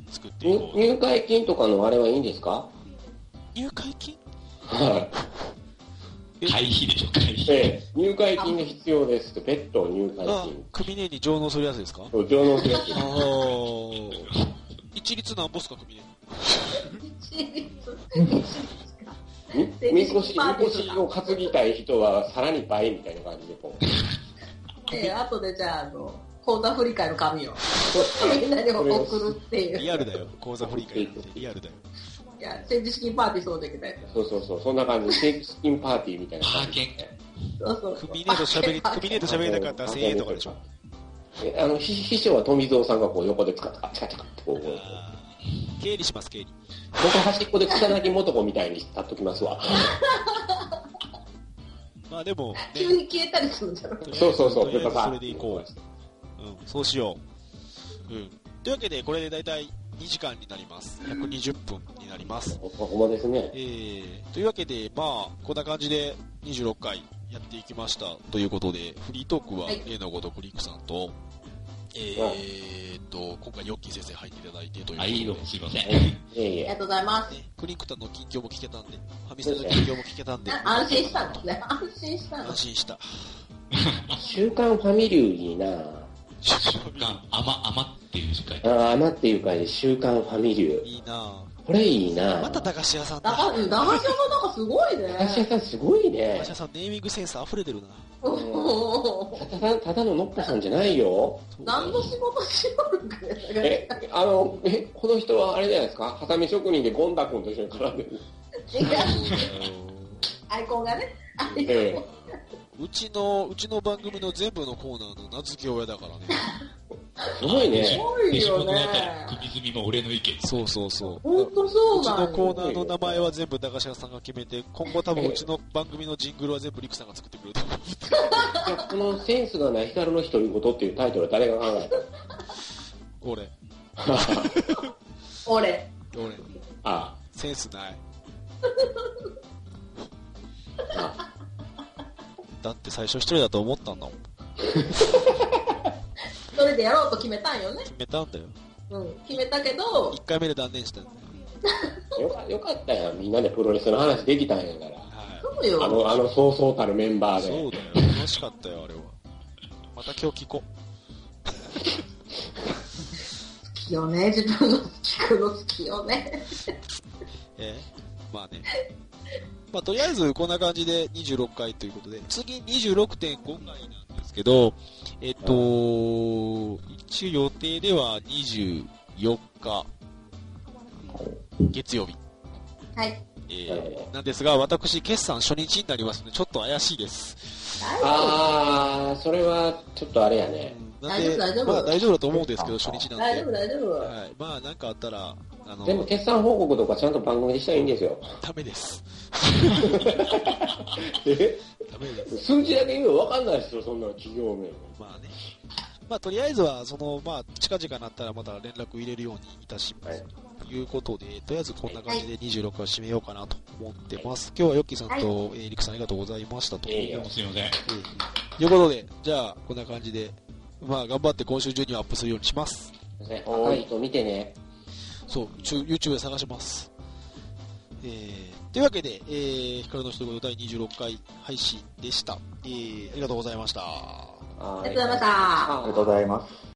Speaker 2: 作ってい
Speaker 4: 入
Speaker 2: こう。
Speaker 4: 入会金とかのあれはいいんですか
Speaker 2: 入会金
Speaker 4: は
Speaker 6: 会費でしょ、会
Speaker 4: い。
Speaker 6: 費。
Speaker 4: ええ、入会金が必要ですって、ペット入会
Speaker 2: あ
Speaker 4: 金、。
Speaker 2: 組ねに上納するやつですか
Speaker 4: そう上納するやつ
Speaker 2: あー 一律なんぼっすか、組ね。
Speaker 4: みみこし、みこしを担ぎたい人はさらに倍みたいな感じでこう。
Speaker 3: で、あとでじゃあ、あの、講座振り返の紙をみんなに送るっていう。
Speaker 2: リアルだよ、講座振り返りなんてリアルだよ。
Speaker 3: いや、戦時資金パーティーそうできたやつ。
Speaker 4: そうそうそう、そんな感じ。でスキンパーティーみたいな感じ。
Speaker 6: パー
Speaker 3: そうそうそう。
Speaker 2: クミネと喋り、クミネと喋りたかったら1000円とかでしょ。
Speaker 4: えあの、ひ秘書は富蔵さんがこう横で使った、チカチカってこう、
Speaker 2: あー経理します、経理。
Speaker 4: 僕端っこで草薙素子みたいに立っときますわ。
Speaker 2: まあでも、ね、
Speaker 3: 急に消えたりするんじゃない
Speaker 2: とりあえず
Speaker 4: そうそうそ
Speaker 2: と
Speaker 4: う、
Speaker 2: りあえず
Speaker 4: さ
Speaker 2: そ
Speaker 4: ん
Speaker 2: れで行こう。うん、そうしよう。うん。というわけで、これで大体2時間になります。120分になります。
Speaker 4: ほほんまですね。
Speaker 2: えー、というわけで、まあ、こんな感じで26回やっていきましたということで、フリートークは
Speaker 3: はい
Speaker 2: 例のごとくリクさんと、えーっと、今回ヨッキー先生入っていただいてということで、
Speaker 6: あ、いいよ、すいません。
Speaker 4: いえい
Speaker 3: ありが
Speaker 4: え。
Speaker 3: とうございます。
Speaker 2: ねクリンクタンの近況も聞けたんで、ハミスタの近況も聞けたんで、
Speaker 3: 安心したのね。安心したの
Speaker 2: 安。心した。
Speaker 4: 週刊ファミリーいいなぁ。
Speaker 6: あま、あまっていう時間。
Speaker 4: ああ、なっていうかね、週刊ファミリー。
Speaker 2: いいな
Speaker 4: これいい
Speaker 2: ぁ。
Speaker 4: な
Speaker 2: また
Speaker 4: ぁ。
Speaker 2: 駄菓子屋さん
Speaker 3: だ
Speaker 2: だ。
Speaker 3: から、うん駄菓子屋もなんかすごいね。
Speaker 4: 会社さんすごい
Speaker 2: 駄
Speaker 4: ね
Speaker 2: 菓子。屋さんネーミングセンス溢れてるな。
Speaker 3: おお
Speaker 4: ただ、ただのノッポさんじゃないよ。
Speaker 3: 何の仕事しよるかね。
Speaker 4: え、あの、え、この人はあれじゃないですかハサミ職人でゴンダ君と一緒に絡んでる。
Speaker 3: 違うアイコンがね。アイコン
Speaker 4: え
Speaker 2: うちの、うちの番組の全部のコーナーの名付け親だからね。
Speaker 4: え、すごい
Speaker 3: す
Speaker 4: ね。
Speaker 3: ごいよ
Speaker 6: のあたり
Speaker 3: ね。
Speaker 6: 首積みも俺の意見。
Speaker 2: そうそうそう。
Speaker 3: ほんとそう
Speaker 2: うち
Speaker 3: な
Speaker 2: のコー
Speaker 3: の。
Speaker 2: ナーの名前は全部駄菓子屋さんが決めて、今後多分うちの番組のジングルは全部リクさんが作ってくれると思う。
Speaker 4: いやこのセンスがない光の独り言っていうタイトルは誰が考えた
Speaker 2: 俺、
Speaker 3: 俺。
Speaker 2: 俺、
Speaker 4: あ
Speaker 2: センス ない。
Speaker 4: あ、
Speaker 2: だって最初一人だと思ったんだもん。
Speaker 3: それでやろうと決めたんよね。
Speaker 2: 決めたんだよ。
Speaker 3: うん。決めたけど、
Speaker 2: 一回目で断念したんだよ。
Speaker 4: よかよかったやん。みんなでプロレスの話できたんやから。
Speaker 2: はい。
Speaker 3: そうよ。
Speaker 4: あの、あの、そうそうたるメンバー
Speaker 2: そう
Speaker 4: で。
Speaker 2: だよ、楽しかったよ、あれは。また今日聞こ
Speaker 3: 好きよね、自分の聞くの好きよね。
Speaker 2: う。えーまあ ね。まあ、とりあえず、こんな感じで26回ということで、次26.5回なんですけど、えっと、一応予定では24日、月曜日、
Speaker 3: はい。
Speaker 2: えーなんですが、私、決算初日になりますので、ちょっと怪しいです。
Speaker 3: 大丈
Speaker 4: ああ、それはちょっとあれやね。
Speaker 2: なんで、
Speaker 3: 大丈夫大丈夫
Speaker 2: まあ大丈夫だと思うんですけど、初日な
Speaker 3: 夫。
Speaker 2: ん
Speaker 3: 大丈
Speaker 2: で
Speaker 3: 夫、。大丈夫。
Speaker 2: はい。まあ、なんかあったら、あの、
Speaker 4: でも決算報告とかちゃんと番組でしたらいいんですよ。
Speaker 2: ダメです。
Speaker 4: え
Speaker 2: ダメです。
Speaker 4: 数字だけ言うの分かんないですよ、そんな企業名。
Speaker 2: まあね。まあ、とりあえずは、その、まあ、近々なったらまた連絡入れるようにいたします。ということで、とりあえずこんな感じで26話締めようかなと思ってます。今日はヨッキーさんと、えーリクさんありがとうございましたと。
Speaker 4: ええ
Speaker 6: どうもすいません。
Speaker 2: ということで、じゃあ、こんな感じで、まあ、頑張って今週中にはアップするようにします。
Speaker 4: 若い人見てね。
Speaker 2: そう、ちゅ YouTube で探します。えー、というわけで、えー、光の一言第26回配信でした。えー、ありがとうございました。
Speaker 4: あ
Speaker 3: ありがとうございました。
Speaker 1: ありがとうございます。